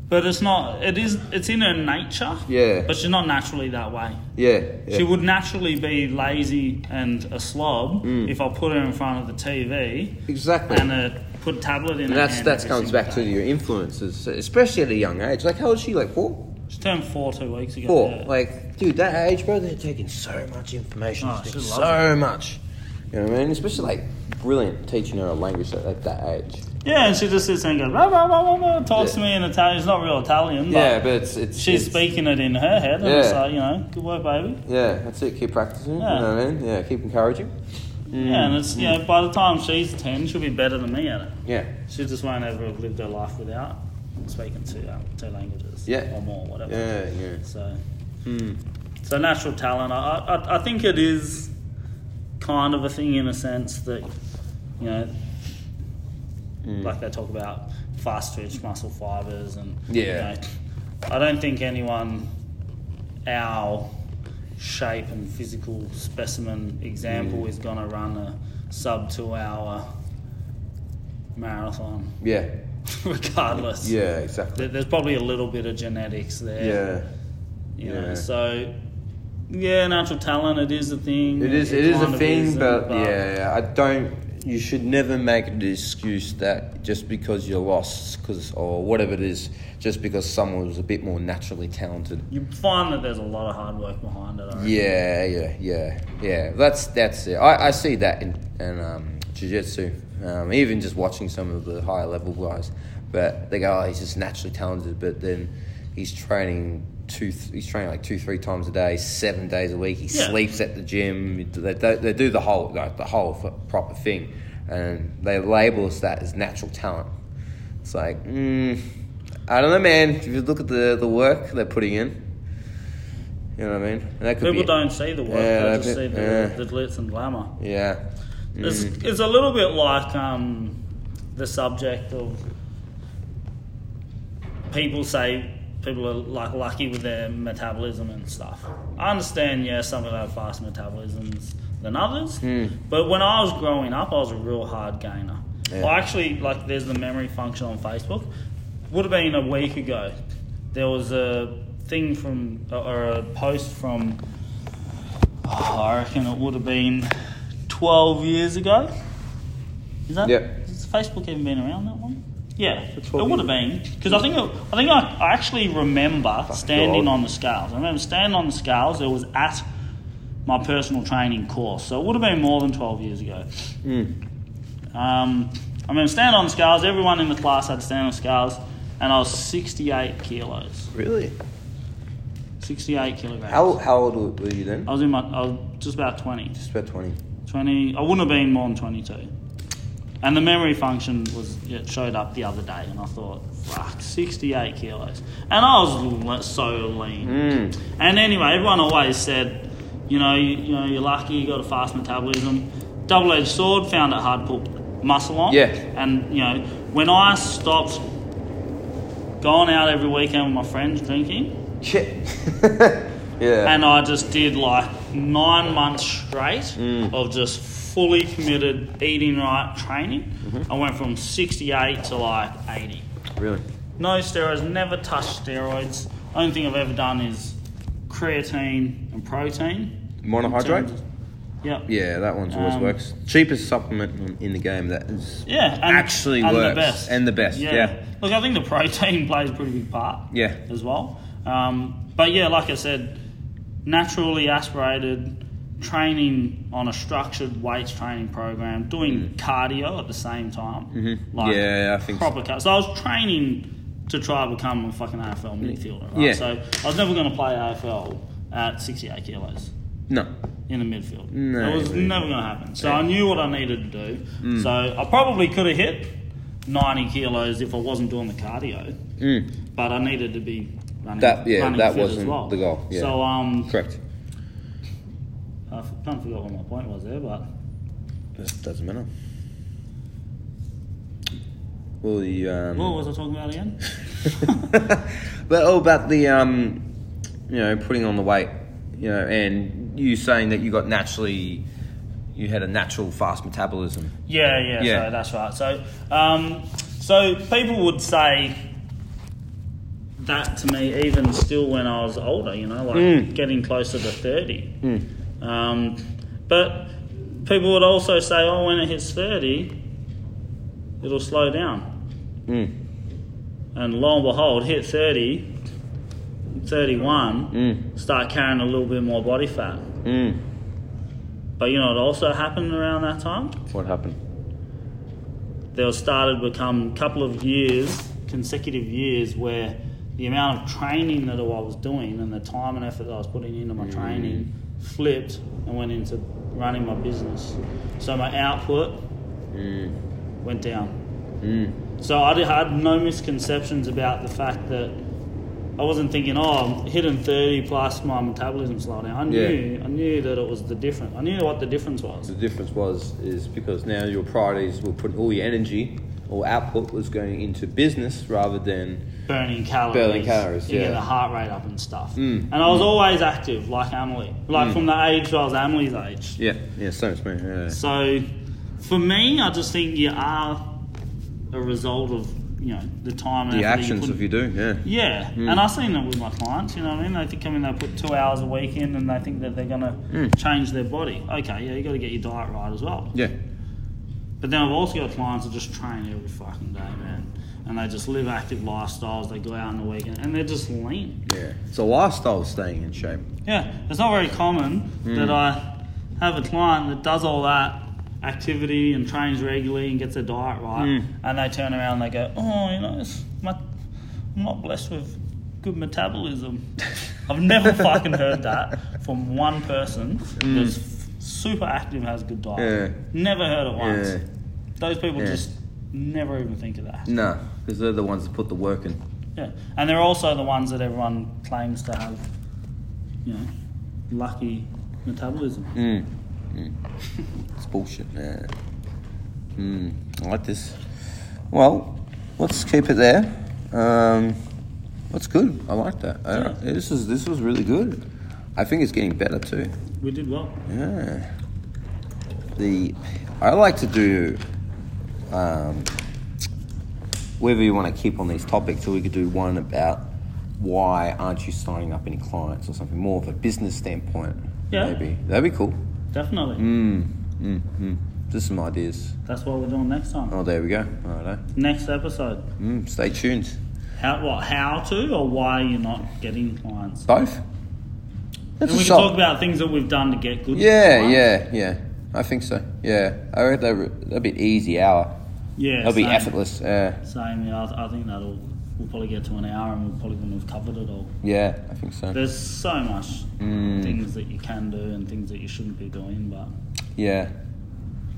Speaker 2: but it's not. It is. It's in her nature.
Speaker 3: Yeah.
Speaker 2: But she's not naturally that way.
Speaker 3: Yeah. yeah.
Speaker 2: She would naturally be lazy and a slob
Speaker 3: Mm.
Speaker 2: if I put her in front of the TV
Speaker 3: Exactly.
Speaker 2: and uh, put a tablet in
Speaker 3: And
Speaker 2: her
Speaker 3: that's
Speaker 2: hand
Speaker 3: that
Speaker 2: every
Speaker 3: comes
Speaker 2: single
Speaker 3: back to
Speaker 2: day.
Speaker 3: your influences, especially at a young age. Like, how old is she? Like four,
Speaker 2: She turned four two weeks ago.
Speaker 3: four.
Speaker 2: yeah.
Speaker 3: Like, dude, that age, bro, they're taking so much information.
Speaker 2: Oh,
Speaker 3: They're taking
Speaker 2: she loves
Speaker 3: so much. You know what I mean? Especially like brilliant teaching her a language at like, that age.
Speaker 2: Yeah, and she just sits there and goes, blah, blah, blah, blah, blah, talks
Speaker 3: Yeah.
Speaker 2: to me in Italian. It's not real Italian, but
Speaker 3: yeah, but it's it's
Speaker 2: she's
Speaker 3: it's-
Speaker 2: speaking it in her head. And it's
Speaker 3: Yeah.
Speaker 2: like, you know, good work, baby.
Speaker 3: Yeah, that's it. Keep practicing.
Speaker 2: Yeah.
Speaker 3: You know what I mean? Yeah, keep encouraging.
Speaker 2: Yeah, and it's, you know, by the time she's 10, she'll be better than me at it.
Speaker 3: Yeah,
Speaker 2: She just won't ever have lived her life without speaking two, um, two languages
Speaker 3: Yeah.
Speaker 2: or more, whatever.
Speaker 3: Yeah, yeah.
Speaker 2: So,
Speaker 3: Hmm.
Speaker 2: so natural talent. I, I, I think it is kind of a thing in a sense that you know,
Speaker 3: Hmm.
Speaker 2: like they talk about fast twitch muscle fibers and
Speaker 3: Yeah.
Speaker 2: You know, I don't think anyone our shape and physical specimen example
Speaker 3: Hmm.
Speaker 2: is going to run a sub two hour marathon,
Speaker 3: Yeah.
Speaker 2: regardless.
Speaker 3: Yeah, exactly.
Speaker 2: There- There's probably a little bit of genetics there.
Speaker 3: Yeah.
Speaker 2: You know,
Speaker 3: Yeah.
Speaker 2: so yeah, natural talent it is a thing.
Speaker 3: It is. It is
Speaker 2: kind
Speaker 3: a
Speaker 2: of
Speaker 3: thing,
Speaker 2: isn't,
Speaker 3: but, yeah, I don't. You should never make an excuse that just because you're lost, cause, or whatever it is, just because someone was a bit more naturally talented.
Speaker 2: You find that there's a lot of hard work behind it. I reckon.
Speaker 3: Yeah, yeah, yeah, yeah. That's that's it. I, I see that in, in um, jiu-jitsu, um, even just watching some of the higher level guys. But they go, oh, he's just naturally talented. But then he's training two, th- he's training like two, three times a day, seven days a week. He
Speaker 2: Yeah.
Speaker 3: sleeps at the gym. They, they, they do the whole like, the whole f- proper thing, and they label us that as natural talent. It's like, mm, I don't know, man. If you look at the, the work they're putting in. You know what I mean? And that could
Speaker 2: People
Speaker 3: be-
Speaker 2: don't see the work;
Speaker 3: Yeah,
Speaker 2: they
Speaker 3: that
Speaker 2: just
Speaker 3: bit-
Speaker 2: see the,
Speaker 3: yeah. Mm.
Speaker 2: the glitz and glamour.
Speaker 3: Yeah.
Speaker 2: It's, it's a little bit like um, the subject of people say people are like lucky with their metabolism and stuff. I understand, yeah, some people have faster metabolisms than others, but when I was growing up, I was a real hard gainer.
Speaker 3: Yeah.
Speaker 2: I actually like there's the memory function on Facebook. Would have been a week ago. There was a thing from or a post from Oh, I reckon it would have been 12 years ago. Is that?
Speaker 3: Yeah.
Speaker 2: Has Facebook even been around that long? Yeah, it
Speaker 3: 12
Speaker 2: would have been because I think it, I think I, I actually remember standing
Speaker 3: old.
Speaker 2: on the scales. I remember standing on the scales. It was at my personal training course, so it would have been more than 12 years ago. Um, I remember standing on the scales. Everyone in the class had to stand on the scales, and I was 68 kilos,
Speaker 3: Really?
Speaker 2: 68 kilograms.
Speaker 3: How, how old were you then?
Speaker 2: I was in my I was just about 20.
Speaker 3: Just about 20.
Speaker 2: 20 i wouldn't have been more than 22 and the memory function was it showed up the other day and i thought fuck 68 kilos and i was le- so lean
Speaker 3: Mm.
Speaker 2: and anyway everyone always said you know you, you know you're lucky you got a fast metabolism double-edged sword found it hard to put muscle on
Speaker 3: Yeah.
Speaker 2: and you know when i stopped going out every weekend with my friends drinking
Speaker 3: Shit. Uh, yeah.
Speaker 2: and I just did like nine months straight of just fully committed eating right training. I went from 68 to like 80.
Speaker 3: really?
Speaker 2: No steroids, never touched steroids. Only thing I've ever done is creatine and protein.
Speaker 3: Monohydrate?
Speaker 2: Yep.
Speaker 3: Yeah, that one's always
Speaker 2: Um,
Speaker 3: works. Cheapest supplement in the game that is.
Speaker 2: Yeah, and,
Speaker 3: Actually
Speaker 2: and
Speaker 3: works,
Speaker 2: the best,
Speaker 3: and the best, yeah.
Speaker 2: Look, I think the protein plays a pretty big part.
Speaker 3: Yeah.
Speaker 2: as well. Um, but yeah, like I said, naturally aspirated training on a structured weights training program, doing cardio at the same time.
Speaker 3: Mm. Mm-hmm. Yeah, I think so.
Speaker 2: proper cardio. So I was training to try to become a fucking AFL midfielder. Right?
Speaker 3: Yeah.
Speaker 2: So I was never going to play AFL at 68 kilos
Speaker 3: No.
Speaker 2: in the midfield.
Speaker 3: No,
Speaker 2: it was
Speaker 3: it really-
Speaker 2: never going to happen. So I knew what I needed to do.
Speaker 3: Mm.
Speaker 2: So I probably could have hit 90 kilos if I wasn't doing the cardio,
Speaker 3: Mm.
Speaker 2: but I needed to be running.
Speaker 3: That- yeah,
Speaker 2: running
Speaker 3: that
Speaker 2: fit as
Speaker 3: wasn't
Speaker 2: well.
Speaker 3: the goal, yeah.
Speaker 2: So um,
Speaker 3: Correct.
Speaker 2: I f- kind of forgot what my point was there, but
Speaker 3: Just doesn't matter. Well, you. Um,
Speaker 2: what was I talking about again?
Speaker 3: but all about the um, you know putting on the weight, you know, and you saying that you got naturally, you had a natural fast metabolism.
Speaker 2: Yeah, yeah,
Speaker 3: Yeah.
Speaker 2: So that's right. So, um, so people would say that to me, even still when I was older, you know, like getting closer to thirty. Um, but people would also say, "Oh, when it hits thirty, it'll slow down."
Speaker 3: Mm.
Speaker 2: And lo and behold, hit 30, 31,
Speaker 3: Mm.
Speaker 2: start carrying a little bit more body fat.
Speaker 3: Mm.
Speaker 2: But you know what also happened around that time?
Speaker 3: What happened?
Speaker 2: there started to become a couple of years, consecutive years, where the amount of training that I was doing and the time and effort that I was putting into my
Speaker 3: Mm.
Speaker 2: training flipped and went into running my business. So my output went down.
Speaker 3: Mm.
Speaker 2: So I did- had no misconceptions about the fact that I wasn't thinking, oh, I'm hitting 30 plus my metabolism slow down. I
Speaker 3: Yeah.
Speaker 2: knew, I knew that it was the difference. I knew what the difference was.
Speaker 3: The difference was is because now your priorities were putting all your energy or output was going into business rather than
Speaker 2: burning calories.
Speaker 3: Burning calories,
Speaker 2: You
Speaker 3: yeah. Mm.
Speaker 2: get the heart rate up and stuff. And I was always active, like Emily. Like from the age I was Emily's age.
Speaker 3: yeah yeah so much more. Yeah.
Speaker 2: So for me, I just think you are a result of, you know, the time and effort
Speaker 3: The
Speaker 2: that
Speaker 3: actions Mm.
Speaker 2: you
Speaker 3: if you
Speaker 2: put-
Speaker 3: do yeah
Speaker 2: Yeah, and I've seen it with my clients, you know what I mean? They think, I mean, they put two hours a week in and they think that they're going to change their body. Okay, yeah, you got to get your diet right as well.
Speaker 3: Mm. yeah
Speaker 2: But then I've also got clients that just train every fucking day, man. And they just live active lifestyles, they go out on the weekend, and they're just lean.
Speaker 3: yeah it's a lifestyle of staying in shape.
Speaker 2: Yeah, it's not very common
Speaker 3: Hmm.
Speaker 2: that I have a client that does all that activity and trains regularly and gets their diet right,
Speaker 3: Hmm.
Speaker 2: and they turn around and they go, "Oh, you know, it's my, I'm not blessed with good metabolism." I've never fucking heard that from one person that's f- super active and has a good diet.
Speaker 3: Hmm. Yeah.
Speaker 2: Never heard it once.
Speaker 3: Yeah.
Speaker 2: Those people
Speaker 3: Yeah.
Speaker 2: just never even think of that.
Speaker 3: No, because they're the ones that put the work in.
Speaker 2: Yeah, and they're also the ones that everyone claims to have, you know, lucky metabolism.
Speaker 3: Mm. Mm. It's bullshit, man. Mm. I like this. Well, let's keep it there. Um, that's good. I like that. I-
Speaker 2: Yeah.
Speaker 3: this is this was really good. I think it's getting better too.
Speaker 2: We did well.
Speaker 3: Yeah. The I like to do um, whether you want to keep on these topics, or we could do one about why aren't you signing up any clients or something more of a business standpoint.
Speaker 2: Yeah.
Speaker 3: Maybe that'd be cool.
Speaker 2: Definitely.
Speaker 3: Mm, mm, mm. Just some ideas.
Speaker 2: That's what we're doing next time.
Speaker 3: Oh, there we go. Righto.
Speaker 2: Next episode.
Speaker 3: Mm, stay tuned.
Speaker 2: How what how to or why you're not getting clients.
Speaker 3: Both. That's
Speaker 2: and
Speaker 3: a
Speaker 2: we can
Speaker 3: shot.
Speaker 2: talk about things that we've done to get good
Speaker 3: yeah,
Speaker 2: clients.
Speaker 3: yeah, yeah. I think so. Yeah, I read that that'd be an easy hour.
Speaker 2: Yeah.
Speaker 3: That'll be
Speaker 2: same.
Speaker 3: effortless. Yeah,
Speaker 2: Same, yeah, I, I think that'll we'll probably get to an hour and we probably wouldn't have covered it all.
Speaker 3: yeah, I think so.
Speaker 2: There's so much
Speaker 3: Mm.
Speaker 2: things that you can do and things that you shouldn't be doing, but
Speaker 3: Yeah,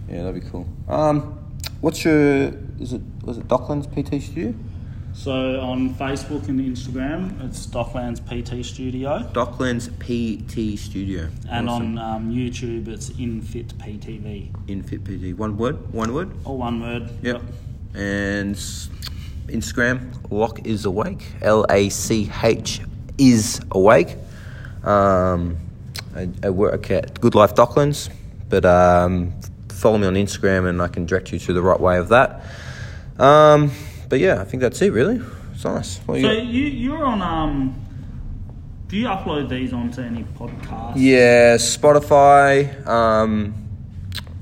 Speaker 3: yeah, that'd be cool. Um, what's your is it was it Docklands PT Studio?
Speaker 2: so on Facebook and Instagram it's Docklands PT Studio.
Speaker 3: Docklands PT Studio.
Speaker 2: And on um, YouTube it's InFit PTV.
Speaker 3: Infit PT. One word. One word.
Speaker 2: All one word.
Speaker 3: Yep. And s- Instagram, Lock is awake. L A C H is awake. Um, I, I work at Good Life Docklands, but um, follow me on Instagram and I can direct you to the right way of that. Um, but yeah, I think that's it. Really, it's nice. What you
Speaker 2: So
Speaker 3: got?
Speaker 2: you you're on um. Do you upload these onto any podcast?
Speaker 3: Yeah, Spotify. Um,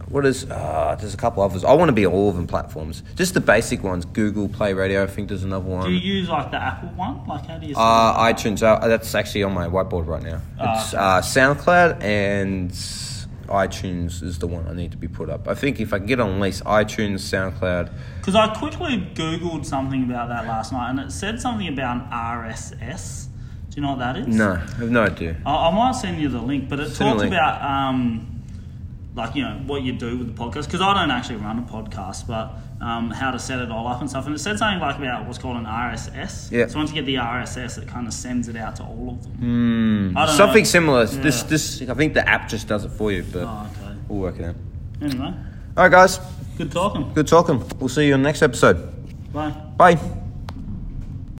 Speaker 3: what is? Uh, there's a couple others. I want to be on all of them platforms. Just the basic ones. Google Play Radio. I think there's another one.
Speaker 2: Do you use like the Apple one? Like how do you?
Speaker 3: Uh, iTunes. Uh, that's actually on my whiteboard right now.
Speaker 2: Ah.
Speaker 3: It's uh, SoundCloud and iTunes is the one I need to be put up. I think if I can get on at least iTunes, SoundCloud.
Speaker 2: Because I quickly googled something about that last night, and it said something about an RSS. Do you know what that is?
Speaker 3: No, I have no idea.
Speaker 2: I, I might send you the link, but it
Speaker 3: Send me
Speaker 2: talks
Speaker 3: the link.
Speaker 2: about um, like you know what you do with the podcast. Because I don't actually run a podcast, but um, how to set it all up and stuff. And it said something like about what's called an RSS.
Speaker 3: Yeah.
Speaker 2: So once you get the RSS, it kind of sends it out to all of them.
Speaker 3: Hmm.
Speaker 2: I don't
Speaker 3: Something
Speaker 2: know.
Speaker 3: similar. This,
Speaker 2: Yeah.
Speaker 3: this. I think the app just does it for you, but
Speaker 2: Oh, okay.
Speaker 3: we'll work it out.
Speaker 2: Anyway,
Speaker 3: All right, guys.
Speaker 2: good talking.
Speaker 3: Good talking. We'll see you on the next episode.
Speaker 2: Bye.
Speaker 3: Bye.